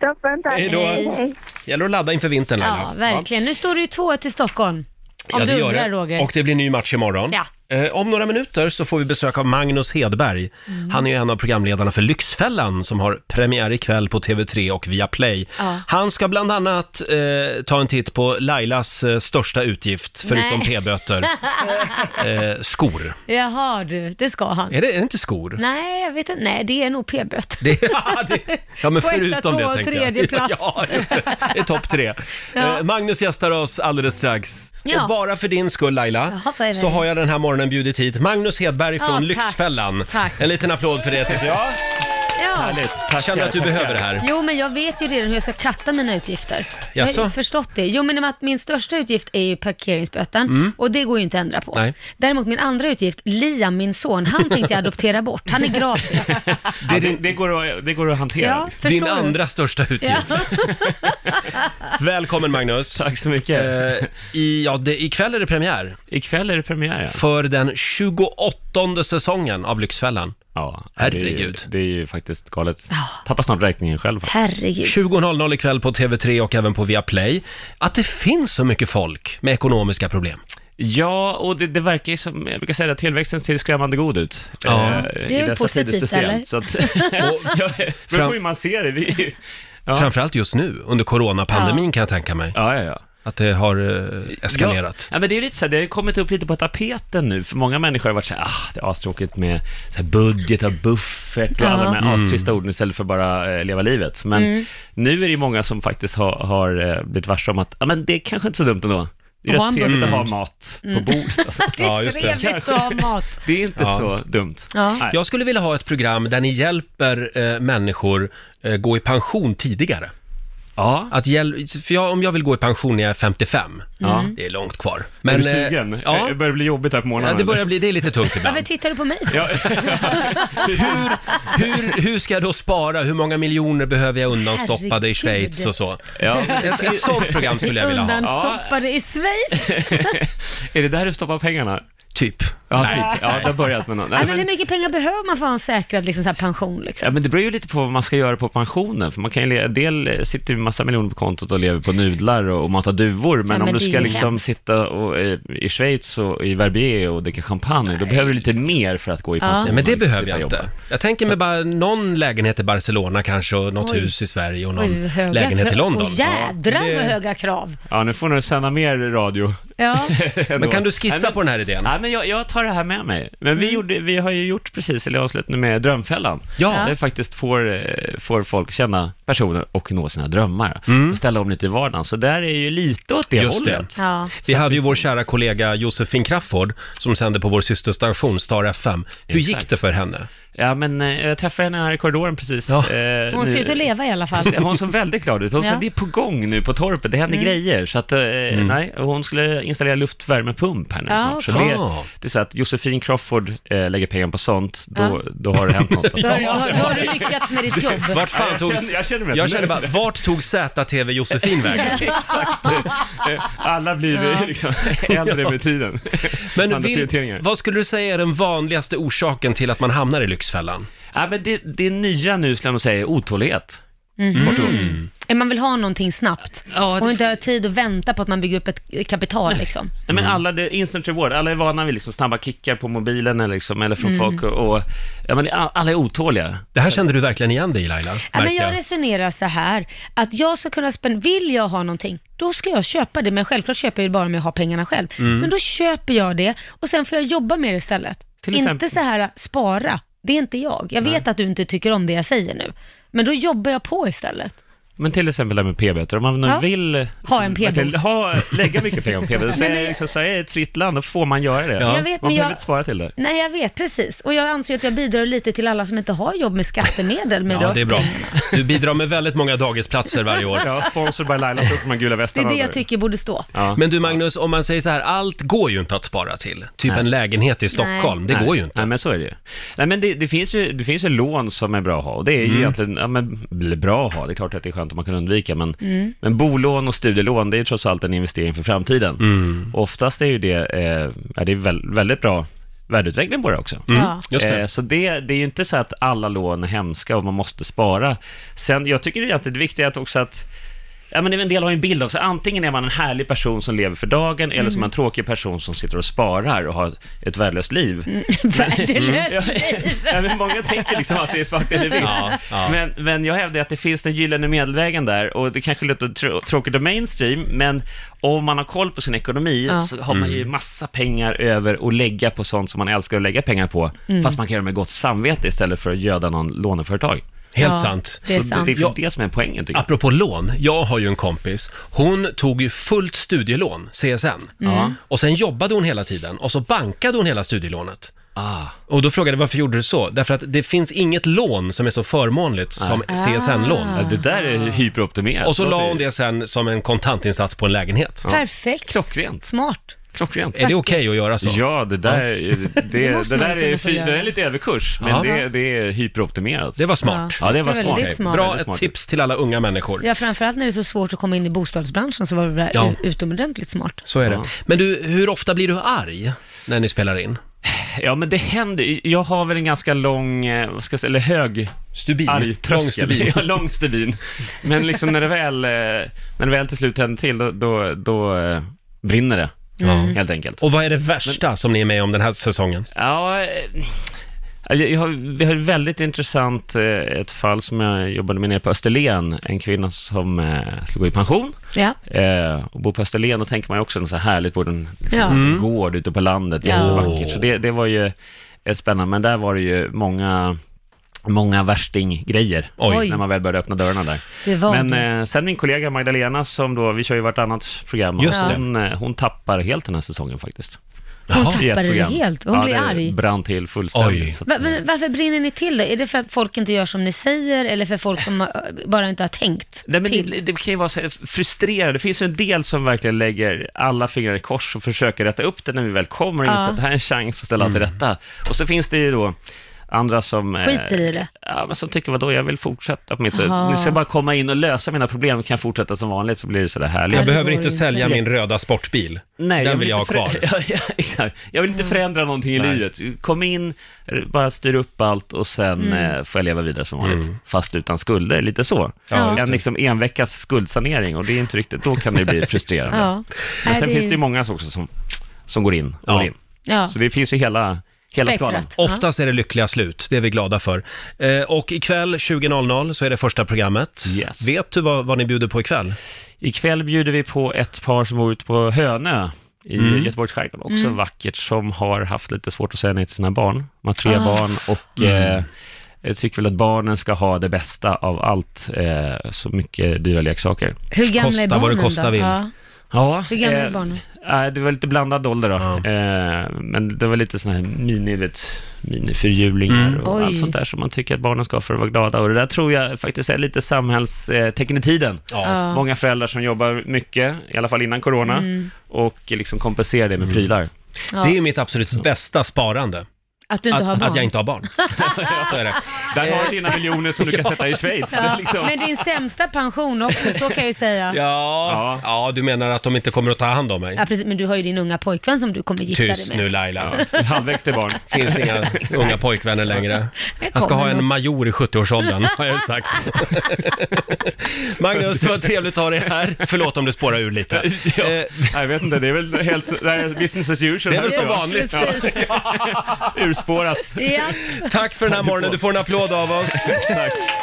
Toppen, tack.
Hej då. Hej. Gäller att ladda inför vintern Laila.
Ja, verkligen. Nu står det ju 2-1 till Stockholm. Om
Ja,
du
det gör
undrar
det.
Roger.
Och det blir ny match imorgon.
Ja.
Eh, om några minuter så får vi besök av Magnus Hedberg.
Mm.
Han är ju en av programledarna för Lyxfällan som har premiär ikväll på TV3 och via Play.
Ja.
Han ska bland annat eh, ta en titt på Lailas eh, största utgift, förutom
Nej.
p-böter, eh, skor.
Jaha du, det ska han.
Är det, är det inte skor?
Nej, jag vet inte. Nej, det är nog p-böter.
Det, ja, men
På etta,
förutom
tvåa
det
och
tänkte
tredje
jag.
plats.
Ja, just det. det är topp tre.
Ja.
Eh, Magnus gästar oss alldeles strax.
Ja.
Och bara för din skull Laila,
Jaha, vad är det?
så har jag den här morgonen bjudit hit Magnus Hedberg
Ja,
från
tack.
Lyxfällan.
Tack.
En liten applåd för det tycker jag.
Ja.
Härligt. Känner att du
tackar.
behöver det här.
Jo, men jag vet ju redan hur jag ska katta mina utgifter. Jag har
Jaså?
ju förstått det. Jo, men i och med att min största utgift är ju parkeringsböten
Mm.
och det går ju inte att ändra på.
Nej.
Däremot min andra utgift, Liam, min son, han tänkte jag adoptera bort. Han är gratis.
Det, det, det, går att, det går att hantera.
Ja, förstår
Din
du?
andra största utgift. Välkommen Magnus. Eh,
Tack så mycket.
i, ja, det, ikväll är det premiär.
Ikväll är det premiär, ja.
För den 28 säsongen av Lyxfällan.
Ja,
Herregud.
Det är, ju, det är ju faktiskt galet. Tappar snart räkningen själv.
Herregud.
20.00 ikväll på TV3 och även på Viaplay. Att det finns så mycket folk med ekonomiska problem.
Ja, och det, det verkar ju som, jag brukar säga att tillväxten ser skrämmande god ut.
Ja.
eh,
Det
i
är väl
dessa
positivt,
tider speciellt,
eller?
Så att, ja, det beror på hur man ser det. det är ju- ja.
Framförallt just nu, under coronapandemin
Ja.
kan jag tänka mig.
Ja, ja, ja.
Att det har eh, eskalerat.
Ja, men det är lite så här, det har ju kommit upp lite på tapeten nu, för många människor har varit så här, ah, det är astråkigt med så här budget och buffert och alla
Ja.
de här
Mm.
astrista orden istället för att bara eh, leva livet. Men
Mm.
nu är det ju många som faktiskt har, har eh, blivit varse om att, ja men det är kanske inte så dumt ändå. Det är
Ha en
rätt trevligt att
buffert.
ha mat på
Mm.
bordet. Alltså.
Det är Ja, just det. trevligt att ha mat.
Det är inte
Ja.
så dumt.
Ja.
Nej.
Jag skulle vilja ha ett program där ni hjälper eh, människor eh, gå i pension tidigare.
Ja.
Att hjäl- för jag, om jag vill gå i pension när jag är 55,
Ja.
det är långt kvar.
Men, är du
eh,
sugen?
Ja,
Det börjar bli jobbigt här på morgonen.
ja, det börjar
eller?
bli, det är lite tungt ibland.
Varför tittar du på mig?
Hur, hur ska jag då spara? Hur många miljoner behöver jag undanstoppade i
Herregud.
Schweiz och så?
Ja.
Ett, ett sånt program skulle jag vilja ha.
Undanstoppade i Schweiz.
Är det där du stoppar pengarna?
Typ.
Ja,
Nej.
typ. Ja, det har börjat med någon.
Nej, men Alltså, hur mycket pengar behöver man för att ha en säkrad liksom, så här, pension? Liksom?
Ja, men det beror ju lite på vad man ska göra på pensionen, för man kan ju, le- en del eh, sitter ju med massa miljoner på kontot och lever på nudlar och, och matar duvor, men,
Ja, men
om du
det är
ska
ju
liksom
hemskt.
sitta och, eh, i Schweiz och i Verbier och dricka champagne, då behöver du lite mer för att gå i
Ja.
pension.
Nej, men det
och liksom
behöver
slippa
jag
jobba.
inte. Jag tänker mig bara någon lägenhet i Barcelona kanske och något
Oj.
hus i Sverige och
Oj,
någon
höga
lägenhet i
krav.
London.
Oj, jädrar
Ja, det-
vad höga krav.
Ja, nu får du sända mer radio.
Ja.
Men kan du skissa på den här idén?
Nej, men jag, jag tar det här med mig. Men vi, gjorde, vi har ju gjort precis, eller avslutat nu med Drömfällan.
Ja.
Där vi faktiskt får, eh, får folk känna personer och nå sina drömmar. Och ställa om lite i vardagen. Så där är ju lite åt det
Just det.
hållet.
Ja.
Vi hade ju vår kära kollega Josefin Crafoord som sände på vår systerstation Star FM. Hur gick
Exakt.
det för henne?
Ja, men eh, jag träffade henne här i korridoren precis. eh,
Hon ser
nu. Alltså,
ut att leva i alla fall.
Hon ser- Hon såg väldigt glad ut. Hon sa,
Ja.
det är på gång nu på torpet, det händer
Mm.
grejer. Så att, eh,
Mm.
nej, hon skulle installera luftvärmepump här nu
Ja,
snart. Så
okej.
det,
Ah.
det är så att Josefin Crawford eh, lägger pengar på sånt, då,
Ja.
då har det hänt något.
Då har, då har, då har du lyckats med ditt jobb.
Vart fan tog... jag känner bara, vart tog ZTV Josefin vägen?
Alla blir
Ja.
liksom äldre med tiden. Andra
Men vil,
prioriteringar.
vad skulle du säga är den vanligaste orsaken till att man hamnar i Lyxfällan?
Ja, men det, det nya nu, skulle jag nog säga, är otålighet.
Mhm.
Kort och gott.
Eh, Man vill ha någonting snabbt och inte ha tid att vänta på att man bygger upp ett kapital liksom.
Nej, men alla, det är instant reward, alla är vana vid liksom snabba kickar på mobilen eller, liksom, eller från
Mm.
folk och, och ja, men det- alla är otåliga.
Det här kände du verkligen igen dig i Laila,
Ja, men
märkte
jag
jag.
resonerar så här, att jag ska kunna spendera, vill jag ha någonting, då ska jag köpa det, men självklart köper jag det bara om jag har pengarna själv.
Mm.
Men då köper jag det och sen får jag jobba med det istället.
Till
inte
exempel-
så här, spara, det är inte jag. Jag vet att du inte tycker om det jag säger nu, men då jobbar jag på istället.
Men till exempel det här med p-böter, om man nu
Ja.
vill eh,
Ha en p-bot.
verkligen ha, lägga mycket pengar på p-böter, så
Nej,
är
men-
liksom, Sverige är ett fritt land, då får man göra det.
Ja. Jag vet,
man
men
behöver
jag-
inte spara till det.
Nej, jag vet precis. Och jag anser att jag bidrar lite till alla som inte har jobb med skattemedel. Men
Ja, det är bra. Du bidrar med väldigt många dagisplatser varje år.
Ja, sponsor by Laila, så de här gula
det är det
Mm.
jag tycker borde stå.
Men du Magnus, om man säger så här, allt går ju inte att spara till. Typ en lägenhet i Stockholm, det
Nej.
går ju inte.
Nej, men så är det ju. Nej, men det, det, finns ju, det finns ju lån som är bra att ha och det är ju
Mm.
egentligen, ja men, blir bra att ha, det är klart att det är skönt om man kan undvika, men,
Mm.
men bolån och studielån, det är ju trots allt en investering för framtiden. Och oftast är ju det, eh, ja, det är väl, väldigt bra värdeutveckling på det också.
Mm, Ja. just det.
Eh, så det, det är ju inte så att alla lån är hemska och man måste spara. Sen, jag tycker det är egentligen det viktiga att också att
Ja, men en del har ju en bild av sig. Antingen är man en härlig person som lever för dagen eller så är
Mm.
man en tråkig person som sitter och sparar och har ett värdelöst liv.
Värdelöst
Ja, men många tänker liksom att det är svart eller vitt.
Ja, ja.
Men, men jag hävdar att det finns den gyllene medelvägen där och det kanske låter tr- tråkigt och mainstream, men om man har koll på sin ekonomi
Ja.
så har man ju
Mm.
massa pengar över att lägga på sånt som man älskar att lägga pengar på,
Mm.
fast man kan göra det med gott samvete istället för att göda någon låneföretag.
Helt Ja, sant.
Det är, så sant. det, är det som är poängen tycker jag.
Apropå lån, jag har ju en kompis. Hon tog ju fullt studielån, CSN.
Mm. Ja.
Och sen jobbade hon hela tiden och så bankade hon hela studielånet.
Ah.
Och då frågade jag varför gjorde du så? Därför att det finns inget lån som är så förmånligt som
Ah.
CSN-lån.
Ja, det där är hyperoptimerat.
Och så la
Låter
hon
ju-
det sen som en kontantinsats på en lägenhet.
Perfekt.
Klockrent.
Smart.
Klockrent.
Är det okej att göra så?
Ja, det där, Det,
Det
det,
måste man
där
kunna
är,
få
fi-
göra.
det där är lite överkurs, men
Ja.
det, det är hyperoptimerat.
Det var smart.
Ja, det var smart.
Väldigt smart.
Bra
Väldigt
ett
smart.
tips till alla unga människor.
Ja, framförallt när det är så svårt att komma in i bostadsbranschen så var det där
Ja.
utomordentligt smart.
Så är det. Men du, hur ofta blir du arg när ni spelar in?
Ja, men det händer. Jag har väl en ganska lång, eh, vad ska jag säga, eller hög
stubin.
argtröskel.
Lång stubin.
Ja, lång stubin. Men liksom när det väl, eh, när det väl till slut händer till, då, då, då eh, brinner det.
Mm.
Helt enkelt.
Och vad är det värsta som ni är med om den här säsongen?
Ja, eh, jag jag har, vi har ett väldigt intressant eh, ett fall som jag jobbade med nere på Österlen. En kvinna som eh, skulle gå i pension.
Ja.
Eh, och bor på Österlen, då tänker man ju också om så här härligt, bor den liksom,
Ja.
en gård ute på landet,
Ja.
jättevackert. Så det, det var ju eh, spännande, men där var det ju många Många värstinggrejer
Oj.
när man väl började öppna dörrarna där.
Det var
Men
det.
eh, sen min kollega Magdalena, som då, vi kör ju vartannat program, och
Just det.
hon, eh, hon tappar helt den här säsongen faktiskt.
Hon
Jaha.
tappade
I ett
det
program.
helt. Hon
ja,
blev
det
arg.
brann till fullständigt. Så att,
Va- men varför brinner ni till det? Är det för att folk inte gör som ni säger eller för folk som eh, bara inte har tänkt
Nej, men
till?
det, det kan ju vara så här frustrerande. Det finns ju en del som verkligen lägger alla fingrar i kors och försöker rätta upp det när vi väl kommer och
Ja.
inser att det här är en chans att ställa allt till rätta. Och så finns det ju då andra som... eh,
Skiter i det.
Ja, men som tycker, vadå, jag vill fortsätta på mitt sätt.
Aha.
Ni ska bara komma in och lösa mina problem, kan jag fortsätta som vanligt så blir det sådär härligt.
Jag behöver inte sälja min röda sportbil.
Nej,
Den vill jag ha
inte
kvar.
förä- Ja, ja, exakt. jag vill inte förändra någonting i
Nej.
livet. Kom in, r- bara styr upp allt och sen
Mm.
eh, får jag leva vidare som vanligt. Fast utan skulder, lite så.
Ja, just
en
det.
liksom en veckas skuldsanering och det är inte riktigt, då kan det bli frustrerande.
Ja.
Men
Nej,
sen
det är
finns det
ju-
ju många också som, som går in, går in.
Ja.
alltså,
Så det finns ju hela, hela skalan.
Oftast är det lyckliga slut, det är vi glada för. Eh, och ikväll 20.00 så är det första programmet. Vet du vad, vad ni bjuder på ikväll?
Ikväll bjuder vi på ett par som bor ute på Hönö i
Mm.
Göteborgs skärgård. Också
Mm.
vackert, som har haft lite svårt att säga nej till sina barn. De har tre
Ah.
barn och
Mm.
eh, jag tycker väl att barnen ska ha det bästa av allt, eh, så mycket dyra leksaker.
Hur gamla är Kosta vad det barnen kosta då? vill. Ja.
Ja,
Hur gamla är
eh,
barnen?
nej, det var lite blandad ålder då. Eh, men det var lite sådana här mini, vet, minifyrhjulingar
Mm.
och
Oj.
allt sånt där som man tycker att barnen ska ha för att vara glada. Och det där tror jag faktiskt är lite samhällstecken i tiden.
Ja.
Många föräldrar som jobbar mycket, i alla fall innan corona,
Mm.
och liksom kompenserar det med prylar.
Ja. Det är ju
mitt absolut bästa sparande.
Att du inte
att,
har barn?
att jag inte har barn. så är det.
Där har
Eh,
du dina miljoner som du kan sätta i Schweiz. Det
Ja.
är liksom-
Men din sämsta pension också, så kan jag ju säga.
Ja, ja, du menar att de inte kommer att ta hand om mig?
Ja, precis, men du har ju din unga pojkvän som du kommer gifta
Tyst
dig
nu
med.
Laila.
Halvvägs till barn.
Finns inga unga pojkvänner längre. Jag ska
kommer
ha en
nog.
major i 70-årsåldern, har jag ju sagt. Magnus, det var trevligt att ha dig här. Förlåt om du spårar ur lite. Eh,
jag vet inte, det är väl helt, det är business as usual.
Det är väl
här,
som
tror jag.
vanligt.
Ja. Urspårat.
Ja.
Tack för den här morgonen, du får en applåd av oss.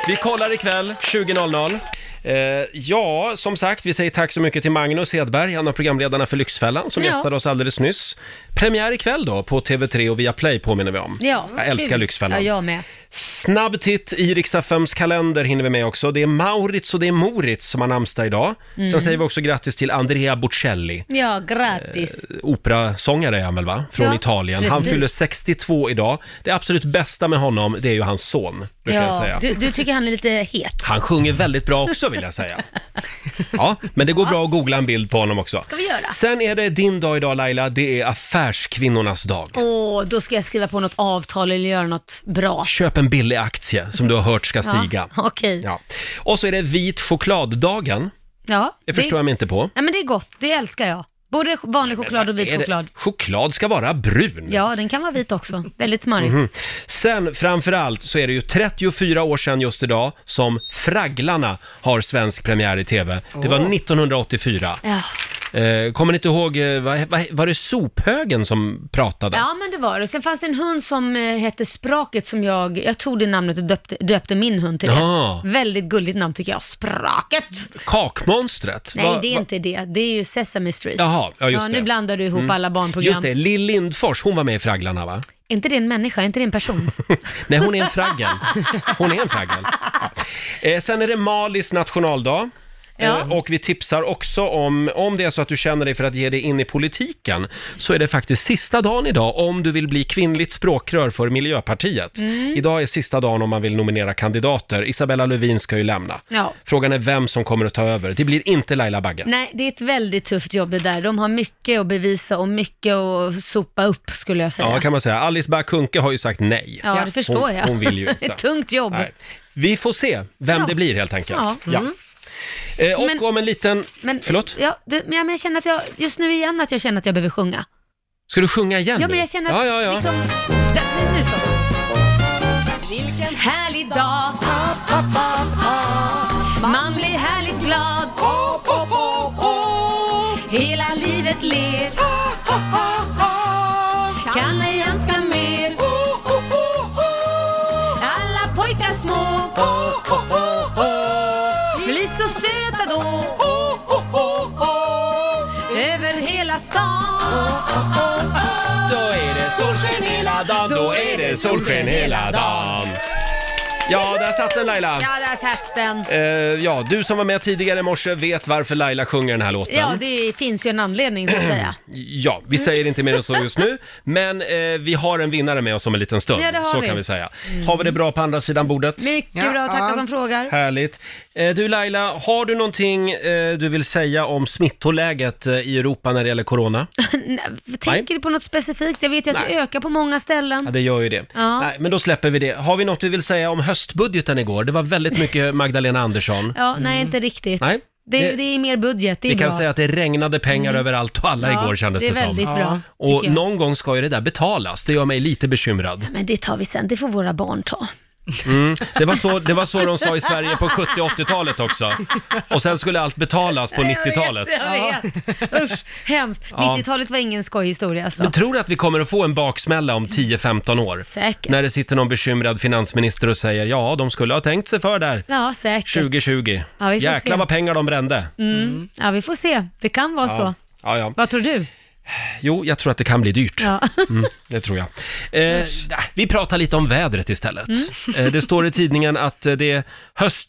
Vi kollar ikväll 20.00. Eh, ja, som sagt, vi säger tack så mycket till Magnus Hedberg, en av programledarna för Lyxfällan, som
Ja.
gästade oss alldeles nyss. Premiär ikväll då, på TV3 och via Play påminner vi om.
Ja,
jag älskar
kul.
Lyxfällan.
Ja, jag med.
Snabb titt i Riks-FMs kalender hinner vi med också. Det är Maurits och det är Moritz som har namnsdag idag.
Mm.
Sen säger vi också grattis till Andrea Bocelli.
Ja, grattis.
Eh, Operasångare är han väl va? Från
Ja,
Italien. Han
precis.
fyller 62 idag. Det absolut bästa med honom, det är ju hans son, brukar jag
Ja,
säga.
du, du tycker han är lite het.
Han sjunger väldigt bra också vill jag säga. Ja, men det går bra att googla en bild på honom också.
Ska vi göra?
Sen är det din dag idag Laila, det är affärskvinnornas dag.
Åh, då ska jag skriva på något avtal eller göra något bra.
Köp en billig aktie som du har hört ska stiga.
Ja, Okej.
Ja. Och så är det vit chokladdagen.
Ja,
Det förstår jag mig inte på.
Nej, men det är gott. Det älskar jag. Både ch- vanlig choklad och vit
Är det-
choklad.
Choklad ska vara brun.
Ja, den kan vara vit också. Väldigt smarrigt.
Mhm. Sen framförallt så är det ju 34 år sedan just idag som Fragglarna har svensk premiär i TV. Det var
Åh.
1984.
Ja.
Eh, kommer ni inte ihåg, eh, vad, vad, var det sophögen som pratade?
ja, men det var det. Sen fanns det en hund som eh, hette Spraket som jag, jag tog det namnet och döpte, döpte min hund till det.
Ja.
Väldigt gulligt namn tycker jag. Spraket!
Kakmonstret?
Nej,
Va-
det är
va-
inte det. Det är ju Sesame Street.
Jaha, ja just
ja,
det.
Nu blandar du ihop
Mm.
alla barnprogram.
Just det, Lill Lindfors, hon var med i Fragglarna va?
Är inte det en människa? Är inte det en person?
Nej, hon är en fraggel. Hon är en fraggel. Eh, sen är det Malis nationaldag.
Ja.
Eh, Och vi tipsar också om, om det är så att du känner dig för att ge dig in i politiken, så är det faktiskt sista dagen idag om du vill bli kvinnligt språkrör för Miljöpartiet.
Mm.
Idag är sista dagen om man vill nominera kandidater. Isabella Lövin ska ju lämna.
Ja.
Frågan är vem som kommer att ta över. Det blir inte Laila Bagge.
Nej, det är ett väldigt tufft jobb det där. De har mycket att bevisa och mycket att sopa upp skulle jag säga.
Ja, kan man säga. Alice Bah Kuhnke har ju sagt nej.
Ja, det förstår
hon,
jag.
Hon vill ju inte.
Ett tungt jobb.
Nej. Vi får se vem
Ja.
det blir helt enkelt.
Ja. Mm.
Eh, och
Men-
om en liten...
Men,
Förlåt?
Ja, du, men, ja, men jag känner att jag, just nu igen, att jag känner att jag behöver sjunga.
Ska du sjunga igen
Ja,
nu?
men jag känner
Ja,
att...
ja, ja.
Liksom, där, nu så. Vilken härlig dag, ah, ah, ah, ah. man blir härligt glad. Oh, oh, oh, oh. Hela livet ler, ah, ah, ah, ah. kan ej önska mer. Oh, oh, oh, oh. Alla pojkar små, oh, oh, oh, oh. blir så söta då. Oh, oh, oh, oh. Över hela stan.
Då är det solsken hela dagen, då är det solsken hela dagen. Ja, där satt den Laila.
Ja, där satt den.
Eh, ja, du som var med tidigare i morse vet varför Laila sjunger den här låten.
Ja, det Mm. finns ju en anledning så att säga.
Ja, vi säger inte mer än så just nu, men eh, vi har en vinnare med oss om en liten stund.
Ja, det har
så
vi.
kan vi säga. Har vi det bra på andra sidan bordet?
Mycket bra, tacka som frågar.
Härligt. Eh, Du Laila, har du någonting eh, du vill säga om smittoläget eh, i Europa när det gäller corona?
Nej, Tänker du på något specifikt? Jag vet ju att
Nej.
det ökar på många
Ja,
ställen.
det gör ju det.
Ja.
Nej, men då släpper vi det. Har vi något vi vill säga om höstbudgeten igår? Det var väldigt mycket Magdalena Andersson.
Ja, nej inte riktigt.
Mm. Nej,
Det,
det-
det är mer budget, det är
Vi kan
bra.
säga att det regnade pengar överallt och alla
Ja,
igår kändes
det är
det, som.
väldigt bra, Ja.
Och
tycker jag.
någon gång ska ju det där betalas. Det gör mig lite bekymrad.
Men det tar vi sen, det får våra barn ta.
Mm. Det, var så, det var så de sa i Sverige på 70 och 80-talet också. Och sen skulle allt betalas på 90-talet.
Jag vet, jag vet. Usch, hemskt.
Ja.
90-talet var ingen skojhistoria alltså.
Men tror du att vi kommer att få en baksmälla om 10-15 år?
Säkert.
När det sitter någon bekymrad finansminister och säger ja, de skulle ha tänkt sig för där.
Ja, säkert.
2020.
Ja, vi får
Jäklar
se.
vad pengar de brände.
Mm. Ja, vi får se. Det kan vara så.
Ja, ja.
Vad tror du?
Jo, jag tror att det kan bli dyrt.
Ja.
Mm, det tror jag. Eh, vi pratar lite om vädret istället.
Mm.
Eh, det står i tidningen att eh, det är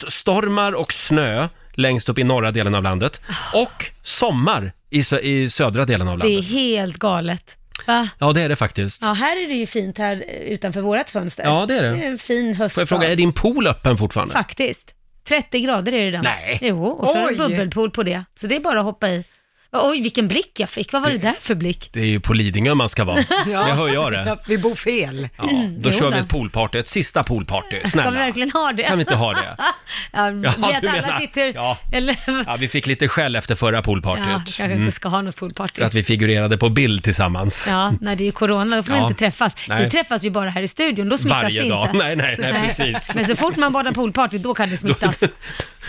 höststormar och snö längst upp i norra delen av landet och sommar i, sö- i södra delen av
Ah. Det är
landet.
helt galet. Va?
Ja, det är det faktiskt.
Ja, här är det ju fint här eh, utanför vårat fönster.
Ja, det är det.
Det är en fin höstdag.
Får jag fråga, är din pool öppen fortfarande?
Faktiskt. 30 grader är det den.
Nej.
Jo, och så har
Oj.
du bubbelpool på det. Så det är bara att hoppa i. Oj, vilken blick jag fick. Vad var det där för blick?
Det är ju på Lidingö man ska vara.
Ja.
Det hör jag det.
Vi bor fel.
Ja, då
Jo
kör vi
då.
ett poolparty, ett sista poolparty.
Ska vi
Snälla.
verkligen ha det?
Kan vi inte ha det?
ja,
Ja,
vi att
du
alla
menar.
sitter...
Ja.
Eller...
Ja, vi fick lite skäll efter förra
Ja,
poolpartyt.
kanske
Mm.
inte ska ha något poolparty.
För att vi figurerade på bild tillsammans.
Ja, när det är corona, då får
Ja.
vi inte träffas.
Nej.
Vi träffas ju bara här i studion, då smittas
Varje
det inte.
dag. Nej, nej, nej, precis.
Men så fort man badar poolparty, då kan det smittas.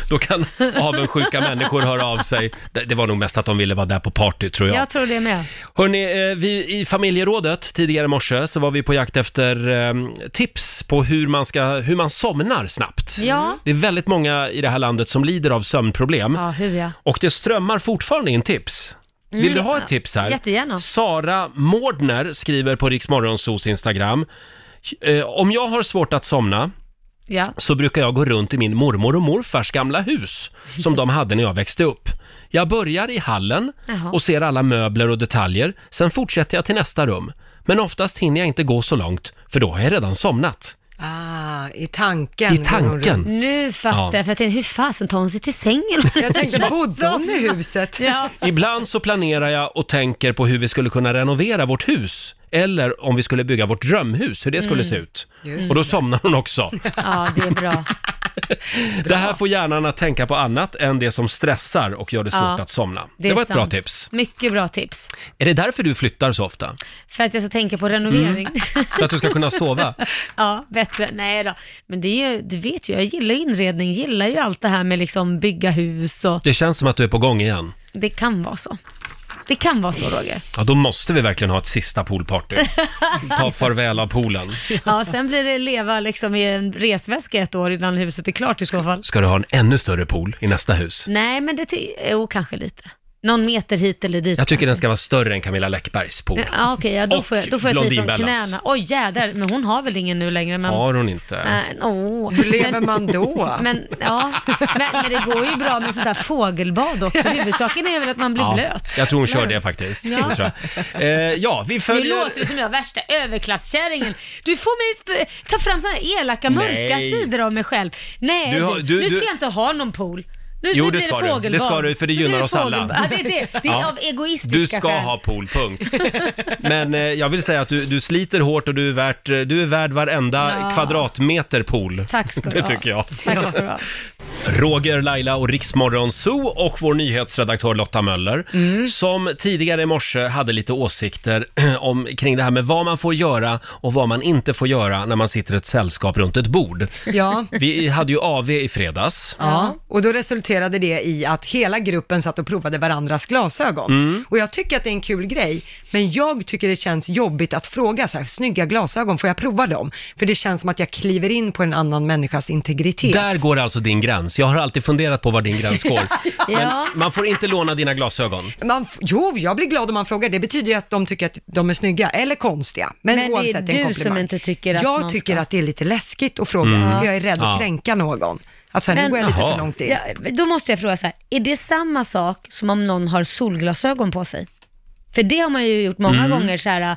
Då kan avundsjuka människor höra av sig. Det, det var nog mest att de ville vara där på party, tror jag.
Jag tror det med.
Hörrni, eh, vi i familjerådet tidigare i morse så var vi på jakt efter eh, tips på hur man, ska, hur man somnar snabbt.
Ja.
Det är väldigt många i det här landet som lider av sömnproblem.
Ja, hur ja.
Och det strömmar fortfarande in tips.
Mm.
Vill du ha ett tips här?
Jättegärna.
Sara Mårdner skriver på Riksmorgonsos Instagram. eh, Om jag har svårt att somna
Ja.
så brukar jag gå runt i min mormor och morfars gamla hus som de hade när jag växte upp. Jag börjar i hallen
Jaha.
och ser alla möbler och detaljer. Sen fortsätter jag till nästa rum. Men oftast hinner jag inte gå så långt för då har jag redan somnat.
Ah, i tanken.
I tanken.
Nu fattar
Ja.
jag, för jag tänkte, hur fasen tar hon sig till sängen?
Jag tänkte, bodde hon i huset?
Ja.
Ibland så planerar jag och tänker på hur vi skulle kunna renovera vårt hus. Eller om vi skulle bygga vårt drömhus, hur det skulle
Mm.
se ut.
Just
Och då
det.
somnar hon också.
ja, det är bra.
Det här får hjärnan att tänka på annat än det som stressar och gör det svårt
Ja,
att somna. Det,
det är
var ett bra
sant.
tips.
Mycket bra tips.
Är det därför du flyttar så ofta?
För att jag ska tänka på renovering.
För att du ska kunna sova?
ja, bättre. Nej då. Men det är ju, du vet ju, jag gillar ju inredning, gillar ju allt det här med liksom bygga hus och
Det känns som att du är på gång igen.
det kan vara så. Det kan vara så Roger.
Ja, då måste vi verkligen ha ett sista poolparty. Ta farväl av poolen.
Ja, sen blir det leva liksom i en resväska ett år innan huset är klart i så fall.
Ska du ha en ännu större pool i nästa hus?
Nej, men det ty- jo, kanske lite. Någon meter hit eller dit.
Jag tycker den ska vara större än Camilla Läckbergs pool.
Ja, okej, ja, då,
Och
får jag, då får jag tid från
Blondinbellas.
knäna. Oj, jädrar. Men hon har väl ingen nu längre. Men...
Har hon inte?
Nej, åh.
Hur lever man då?
Men, ja, men, men det går ju bra med sånt där fågelbad också. Huvudsaken är väl att man blir blöt.
jag tror hon kör det faktiskt.
Ja.
Det tror jag. Eh, ja, vi
Nu
följer...
låter du som jag värsta överklasskärringen. Du får mig f- ta fram såna här elaka, mörka
Nej.
sidor av mig själv. Nej,
Du har-
du,
du-
nu ska
du-
jag inte ha någon pool. Nu,
Jo,
nu
det
blir
ska
det
du.
fågelbad.
Det ska du, för det
Nu blir
gynnar oss alla.
fågelbad. Ja, det är det. Det är
Ja.
av egoistiska
Du ska
skäl.
ha pool, punkt. Men eh, jag vill säga att du, du sliter hårt och du är, värt, eh, du är värd varenda
Ja.
kvadratmeter pool.
Tack ska du
Det
ha.
tycker jag.
Tack ska du ha.
Roger, Laila och Riksmorgon Zoo och vår nyhetsredaktör Lotta Möller
Mm.
som tidigare i morse hade lite åsikter om, kring det här med vad man får göra och vad man inte får göra när man sitter i ett sällskap runt ett bord.
Ja.
Vi hade ju AV i fredags.
Ja, och då resulterade det i att hela gruppen satt och provade varandras glasögon.
Mm.
Och jag tycker att det är en kul grej, men jag tycker det känns jobbigt att fråga så här, snygga glasögon, får jag prova dem? För det känns som att jag kliver in på en annan människas integritet.
Där går alltså din gräns. Jag har alltid funderat på var din gräns går.
Ja.
Men man får inte låna dina glasögon.
Man, f- jo, jag blir glad om man frågar. Det betyder ju att de tycker att de är snygga eller konstiga. Men,
Men det är
oavsett en
du som
komplimang.
inte tycker att
Jag
man
tycker
ska.
att det är lite läskigt att fråga,
Mm.
för jag är rädd att
Ja.
kränka någon. Alltså, nu
Men-
går jag lite för långt in.
Ja, då måste jag fråga så här, är det samma sak som om någon har solglasögon på sig? För det har man ju gjort många
Mm.
gånger så här,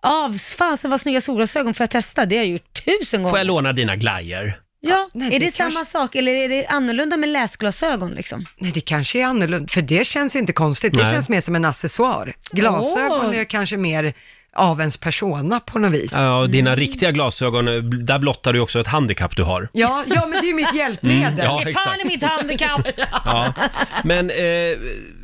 ah, fasen vad snygga solglasögon, får jag testa? Det har jag gjort tusen gånger.
Får jag låna dina glajjor?
Ja,
Nej,
är
det
det,
kanske-
samma sak eller är det annorlunda med läsglasögon liksom?
Nej, det kanske är annorlunda, för det känns inte konstigt. Det
Nej.
känns mer som en accessoar. Glasögon
Åh.
är kanske mer av ens persona på något vis.
Ja, och
Mm.
dina riktiga glasögon, eh, där blottar du också ett handikapp du har.
Ja, ja, men det är mitt hjälpmedel.
Mm, ja, Ge fan exakt. i
mitt handikapp!
Ja. Men eh,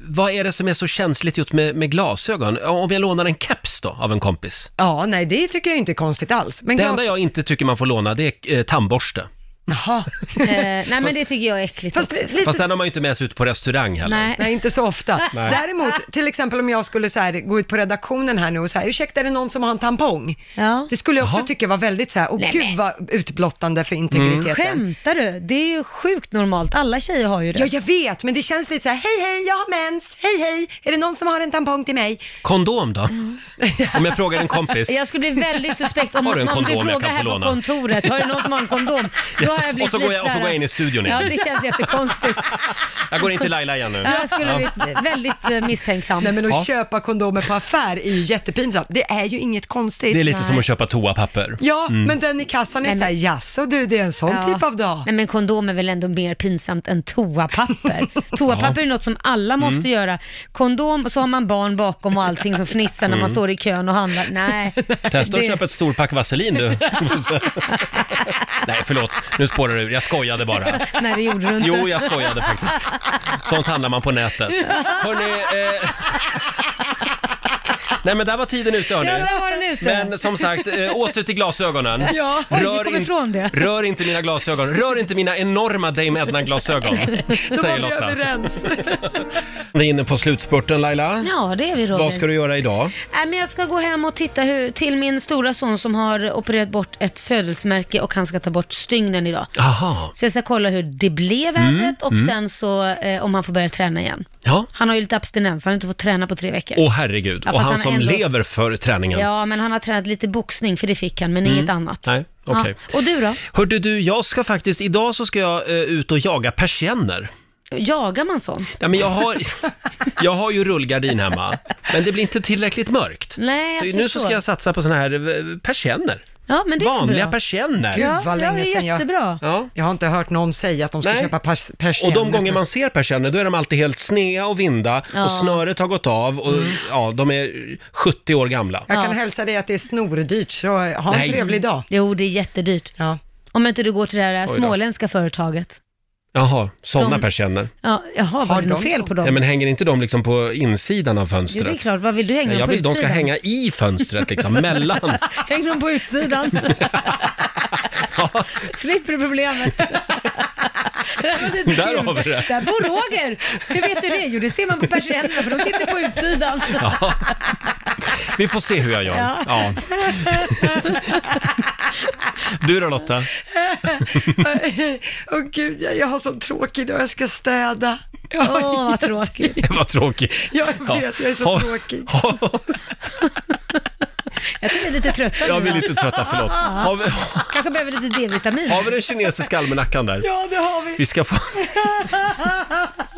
vad är det som är så känsligt just med, med glasögon? Om jag lånar en keps då, av en kompis?
ja, nej, det tycker jag inte är konstigt alls. Men
det
glas-
enda jag inte tycker man får låna, det är eh, tandborste.
Jaha.
Eh, nej men det tycker jag är äckligt också.
Fast den har man ju inte med sig ut på restaurang heller.
Nej. inte så ofta.
Nej.
Däremot, till exempel om jag skulle så här, gå ut på redaktionen här nu och så här, ursäkta är det någon som har en tampong? Det skulle jag också
Jaha.
tycka var väldigt så här, åh
Nej,
gud
men- Mm.
vad utblottande för integriteten.
Skämtar du? Det är ju sjukt normalt, alla tjejer har ju det.
Ja, jag vet, men det känns lite så här, hej hej, jag har mens, hej hej, är det någon som har en tampong till mig?
Kondom då?
Mm.
Om jag frågar en kompis.
Jag skulle bli väldigt suspekt om
Har du en
någon blir
kondom jag
fråga
kan få
här på
låna?
kontoret, har du någon som har en kondom? Då har jag
och,
blivit
så går
lite
jag, och så
här-
går jag in i studion
Ja,
igen.
det känns jättekonstigt.
Jag går in till Laila igen nu.
Ja, Jag skulle
Ja.
bli väldigt eh, misstänksam.
Nej men att
Ja.
köpa kondomer på affär är ju jättepinsamt. Det är ju inget konstigt.
Det är lite som att köpa toapapper.
Ja,
Mm.
men den i kassan är såhär, jaså du, det är en sån typ av dag.
Nej men kondom är väl ändå mer pinsamt än toapapper. toapapper
Ja.
är något som alla måste
Mm.
göra. Kondom, så har man barn bakom och allting som fnissar när man
Mm.
står i kön och handlar. Nej.
Testa att
det-
köpa ett storpack vaselin du. Nej, förlåt. Nu spårar du ur. Jag skojade bara.
Nej det gjorde du inte.
Jo, jag skojade faktiskt. Sånt handlar man på nätet. Hörrni, eh... Nej men där var tiden ute hörni.
Ja, där var den ute.
Men som sagt, eh, åter till glasögonen.
Ja. Oj, vi kom
in-
ifrån det.
rör inte mina glasögon. Rör inte mina enorma Dame Edna-glasögon, säger Lotta.
överens.
Vi är inne på slutspurten Laila.
Ja, det är vi Roger.
Vad ska du göra idag?
Nej, Äh, men jag ska gå hem och titta hur, till min stora son som har opererat bort ett födelsmärke och han ska ta bort stygnen idag.
Aha.
Så jag ska kolla hur det blev
Mm,
ärret och
mm.
sen så eh, om han får börja träna igen.
Ja.
Han har ju lite abstinens, han har inte fått träna på tre veckor.
Åh herregud,
Ja,
och
fast
han
han
som
ändå-
lever för träningen.
Ja, men han har tränat lite boxning för det fick han, men
Mm.
inget annat.
Nej, okej.
Ja. Och du då?
Hörde du, jag ska faktiskt, idag så ska jag eh, ut och jaga persienner.
Jagar man sånt?
Ja, men jag, har, jag har ju rullgardin hemma, men det blir inte tillräckligt mörkt.
Nej,
så
jag
nu så
förstår.
ska jag satsa på såna här eh, persienner.
Ja, men det är väl
Vanliga
bra.
persienner.
Gud vad länge sedan jag...
jättebra.
Ja.
Jag har inte hört någon säga att de ska
Nej.
köpa pers-
Och
persienner.
de gånger man ser persienner, då är de alltid helt snea och vinda
Ja.
och snöret har gått av och
Mm.
ja, de är 70 år gamla.
Jag kan hälsa dig att det är snordyrt, så ha en
Nej.
trevlig dag.
Jo, det är jättedyrt.
Ja.
Om inte du går till det här
då.
småländska företaget.
Jaha, sådana
De-
persienner.
Ja, jaha, var det något fel på dem?
Ja, men hänger inte de liksom på insidan av
Jo,
fönstret?
det är klart. Vad vill du hänga
Nej,
dem
jag
på
vill de
utsidan?
ska hänga i fönstret liksom, mellan.
Häng dem på utsidan. Slipper du problemet. Det här var lite
Där
kul.
har vi det.
Där bor Roger. Hur vet du det? Jo, det ser man på persiennerna för de sitter på utsidan.
Ja. Vi får se hur jag gör.
Ja.
Ja. Du då Lotta?
Åh gud, jag, jag har sån tråkig dag, jag ska städa. Jag
Åh,
har
vad
inget-
tråkigt.
Det var tråkigt.
Jag vet, jag är så
Ha-
tråkig.
Jag tror vi är lite trötta
Ja,
nu,
vi är
va?
lite trötta, förlåt.
Ja.
Har vi-
Kanske behöver lite D-vitamin.
Har vi den kinesiska almanackan där?
Ja, det har vi.
Vi ska få...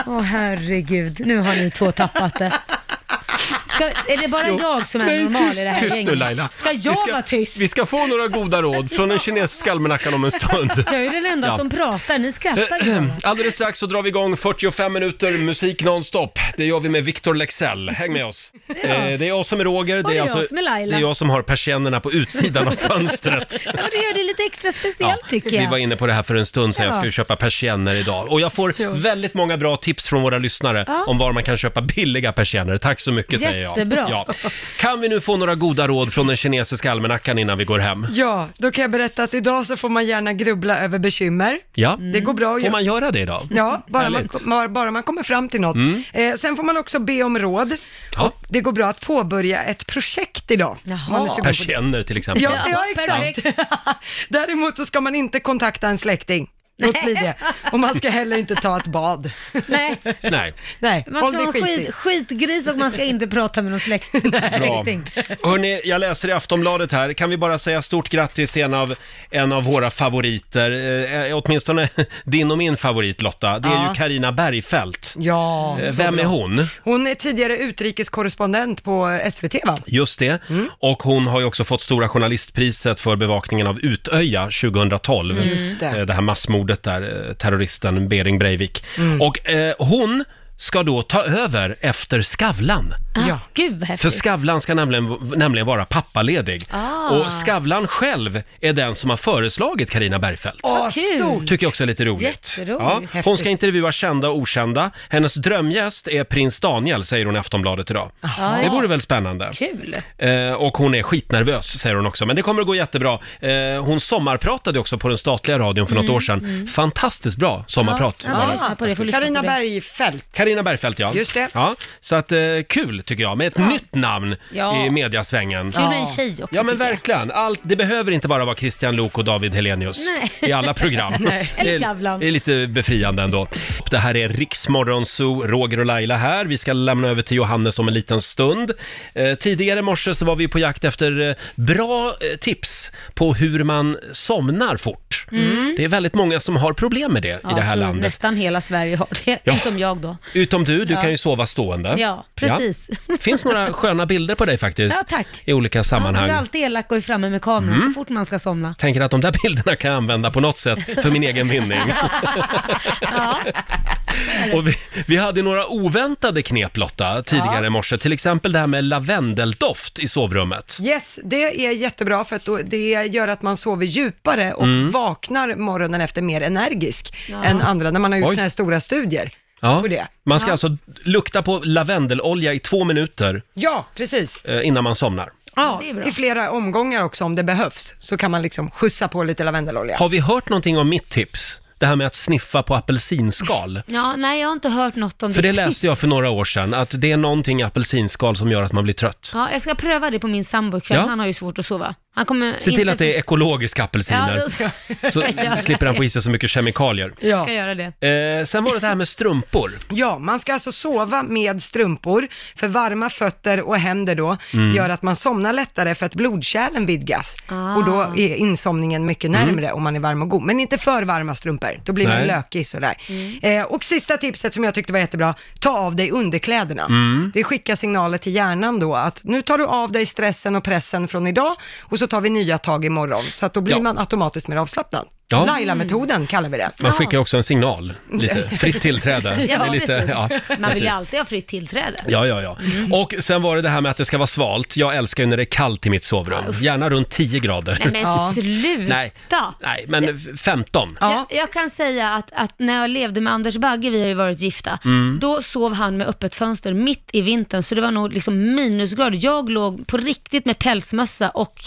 Åh herregud, nu har ni två tappat det. Ska, är det bara
Jo.
jag som är
Nej,
normal
tyst,
i det här
tyst
gänget?
nu Laila.
Ska
Vi
jag vara tyst?
Vi ska få några goda råd från den kinesiska almanackan om en stund.
Jag är den enda
Ja. Äh,
som pratar, ni skrattar ju.
Ehem. Eh, Alldeles strax så drar vi igång 45 minuter musik nonstop. Det gör vi med Victor Lexell. Häng med oss. Eh, Det är jag som är Roger,
Och det är jag
alltså-
som är Laila.
det är jag som har persiennerna på utsidan av fönstret.
Ja, men det gör det lite extra speciellt tycker jag.
Vi var inne på det här för en stund sedan, jag
Ja.
ska ju köpa persienner idag. Och jag får väldigt många bra tips från våra lyssnare
Ja.
om var man kan köpa billiga persienner. Tack så mycket säger jag.
Jättebra.
Ja. Kan vi nu få några goda råd från den kinesiska almanackan innan vi går hem?
Ja, då kan jag berätta att idag så får man gärna grubbla över bekymmer.
Ja,
Mm.
Det går bra att
Får
göra-
man göra det idag?
Ja, bara man,
Härligt.
bara- bara man kommer fram till något.
Mm.
Eh, sen får man också be om råd.
Ja.
Och det går bra att påbörja ett projekt idag. om man är sugen på det.
Persienner till exempel.
Ja, ja exakt. Däremot så ska man inte kontakta en släkting. Låt bli det. Och man ska heller inte ta ett bad.
Nej.
Nej.
Nej,
Man
håll
ska
dig
vara
skitig.
skit, skitgris och man ska inte prata med någon släkt,
Bra.
släkting.
Hörni, jag läser i Aftonbladet här. Kan vi bara säga stort grattis till en av, en av våra favoriter, eh, åtminstone din och min favorit Lotta. Det är
Ja.
ju Karina Bergfeldt.
Ja,
Eh,
så
Vem är
bra.
hon?
Hon är tidigare utrikeskorrespondent på SVT va?
Just det.
Mm.
Och hon har ju också fått Stora Journalistpriset för bevakningen av Utöja 2012.
Just det.
Eh, Det här massmordet där, eh, terroristen Bering Breivik.
Mm.
Och eh, hon ska då ta över efter Skavlan.
Ja. Ah, Gud vad
För
häftigt.
Skavlan ska nämligen, nämligen vara pappaledig.
Ah.
Och Skavlan själv är den som har föreslagit Karina Bergfeldt. Oh,
Åh, kul. stort.
Tycker jag också är lite roligt.
Jätteroligt.
Hon
Häftigt.
ska intervjua kända och okända. Hennes drömgäst är prins Daniel, säger hon i Aftonbladet idag.
Aha.
Det vore väl spännande.
Ah. Kul.
Eh, och hon är skitnervös, säger hon också. Men det kommer att gå jättebra. Eh, hon sommarpratade också på den statliga radion för något
Mm,
år sedan.
mm.
Fantastiskt bra sommarprat. var det.
Carina Bergfeldt.
Carina Bergfeldt, ja.
Just det.
Ja, så att eh, kul tycker jag, med ett nytt namn
Ja.
i mediasvängen.
Kul med en tjej också,
Ja, men
tycker jag.
verkligen. Allt, det behöver inte bara vara Christian Lok och David Helenius
Nej.
i alla program.
Nej.
Det är-
Eller Skavlan.
Det är lite befriande ändå. Det här är Riksmorgon Zoo, Roger och Laila här. Vi ska lämna över till Johannes om en liten stund. Eh, tidigare i morse så var vi på jakt efter eh, bra eh, tips på hur man somnar fort.
Mm.
Det är väldigt många som har problem med det
Ja,
i det
jag
här
tror
landet.
Nästan hela Sverige har det,
Ja.
utom jag då.
Utom du, du
Ja.
kan ju sova stående.
Ja, precis.
Ja. finns några sköna bilder på dig faktiskt.
Ja, tack.
I olika
Man
sammanhang.
är alltid elak och är framme med kameran
Mm.
så fort man ska somna.
Tänker att de där bilderna kan jag använda på något sätt för min egen vinning. Och vi, vi hade några oväntade knep Lotta tidigare i morse. Till exempel det här med lavendeldoft i sovrummet.
Yes, det är jättebra för att då, det gör att man sover djupare och
Mm.
vaknar morgonen efter mer energisk
Ja.
än andra när man har gjort
Oj.
sådana här stora studier.
Ja.
På det.
Man ska
Ja.
alltså lukta på lavendelolja i två minuter
Ja, precis.
eh, innan man somnar.
Ja, i flera omgångar också om det behövs så kan man liksom skjutsa på lite lavendelolja.
Har vi hört någonting om mitt tips? Det här med att sniffa på apelsinskal.
Ja, nej jag har inte hört något om
För det
ditt tips.
läste jag för några år sedan, att det är någonting i apelsinskal som gör att man blir trött.
Ja, jag ska pröva det på min sambo ikväll.
Ja.
Han har ju svårt att sova. Han kommer
Se till
inte
att det är
först-
ekologiska
Ja,
apelsiner,
då ska
så
ska jag göra
slipper han få
det.
i sig så mycket kemikalier.
Ska göra det.
Eh, sen var det det här med strumpor.
Ja, man ska alltså sova med strumpor, för varma fötter och händer då
Mm.
gör att man somnar lättare för att blodkärlen vidgas. Och då är insomningen mycket närmre om man är varm och god. Men inte för varma strumpor, då blir man
Mm. Nej.
lökig sådär. Eh, och sista tipset som jag tyckte var jättebra, ta av dig underkläderna.
Mm.
Det skickar signaler till hjärnan då att nu tar du av dig stressen och pressen från idag och så tar vi nya tag imorgon. Så att då blir
Ja.
man automatiskt mer avslappnad.
Ja.
Laila-metoden kallar vi det.
Man
Ah.
skickar också en signal, lite fritt tillträde. Det är lite,
Man vill
precis.
ju alltid Mm. ha fritt tillträde.
Ja, ja, ja. Och sen var det det här med att det ska vara svalt. Jag älskar ju när det är kallt i mitt sovrum. Gärna runt 10 grader.
Nej men sluta!
Nej, nej men 15.
Jag, jag kan säga att, att när jag levde med Anders Bagge, vi har ju varit gifta,
Mm.
då sov han med öppet fönster mitt i vintern, så det var nog liksom minusgrader. Jag låg på riktigt med pälsmössa och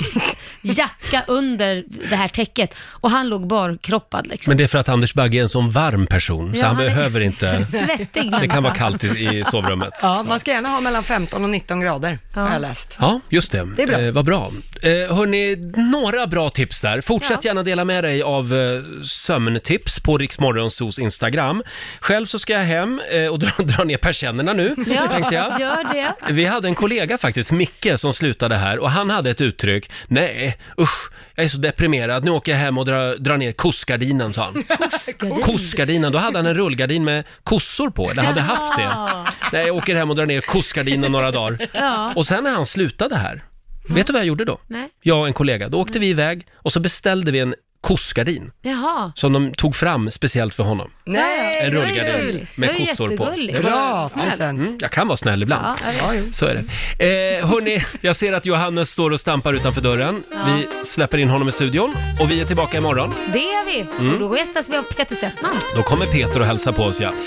jacka under det här täcket och han låg barkroppad liksom.
Men det är för att Anders Bagge är en sån varm person, så
Ja,
han,
han är-
behöver inte...
Svettig
Det kan
människa.
vara kallt i, i sovrummet.
Ja, man ska gärna ha mellan 15 och 19 grader, har jag läst.
Ja, just det.
Det är bra.
Eh, vad bra. Eh, hörni, några bra tips där. Fortsätt gärna dela med dig av eh, sömntips på Riksmorgonsos Instagram. Själv så ska jag hem eh, och dra, dra ner persiennerna nu, tänkte jag.
Gör det.
Vi hade en kollega faktiskt, Micke, som slutade här och han hade ett uttryck. Nej, usch, jag är så deprimerad. Nu åker jag hem och drar drar ner kossgardinen, sa han.
Koskardin.
Kossgardinen, då hade han en rullgardin med kossor på, eller hade haft det.
Ja.
Nej, jag åker hem och drar ner kossgardinen några dagar.
Ja.
Och sen när han slutade här, vet du vad jag gjorde då?
Nej.
Jag och en kollega, då åkte vi iväg och så beställde vi en kossgardin
Jaha.
som de tog fram speciellt för honom.
Nej,
En
det var ju
rullgardin
gulligt.
med
Det var ju
kossor på.
jättegulligt. Bra,
Ja,
snällt.
mm, jag kan vara snäll ibland.
Ja, jag vet.
Så är det. Eh, hörni, jag ser att Johannes står och stampar utanför dörren.
Ja.
Vi släpper in honom i studion och vi är tillbaka imorgon.
Det är vi.
Mm.
Och då gästas vi av Peter Settman.
Då kommer Peter och hälsa på oss ja.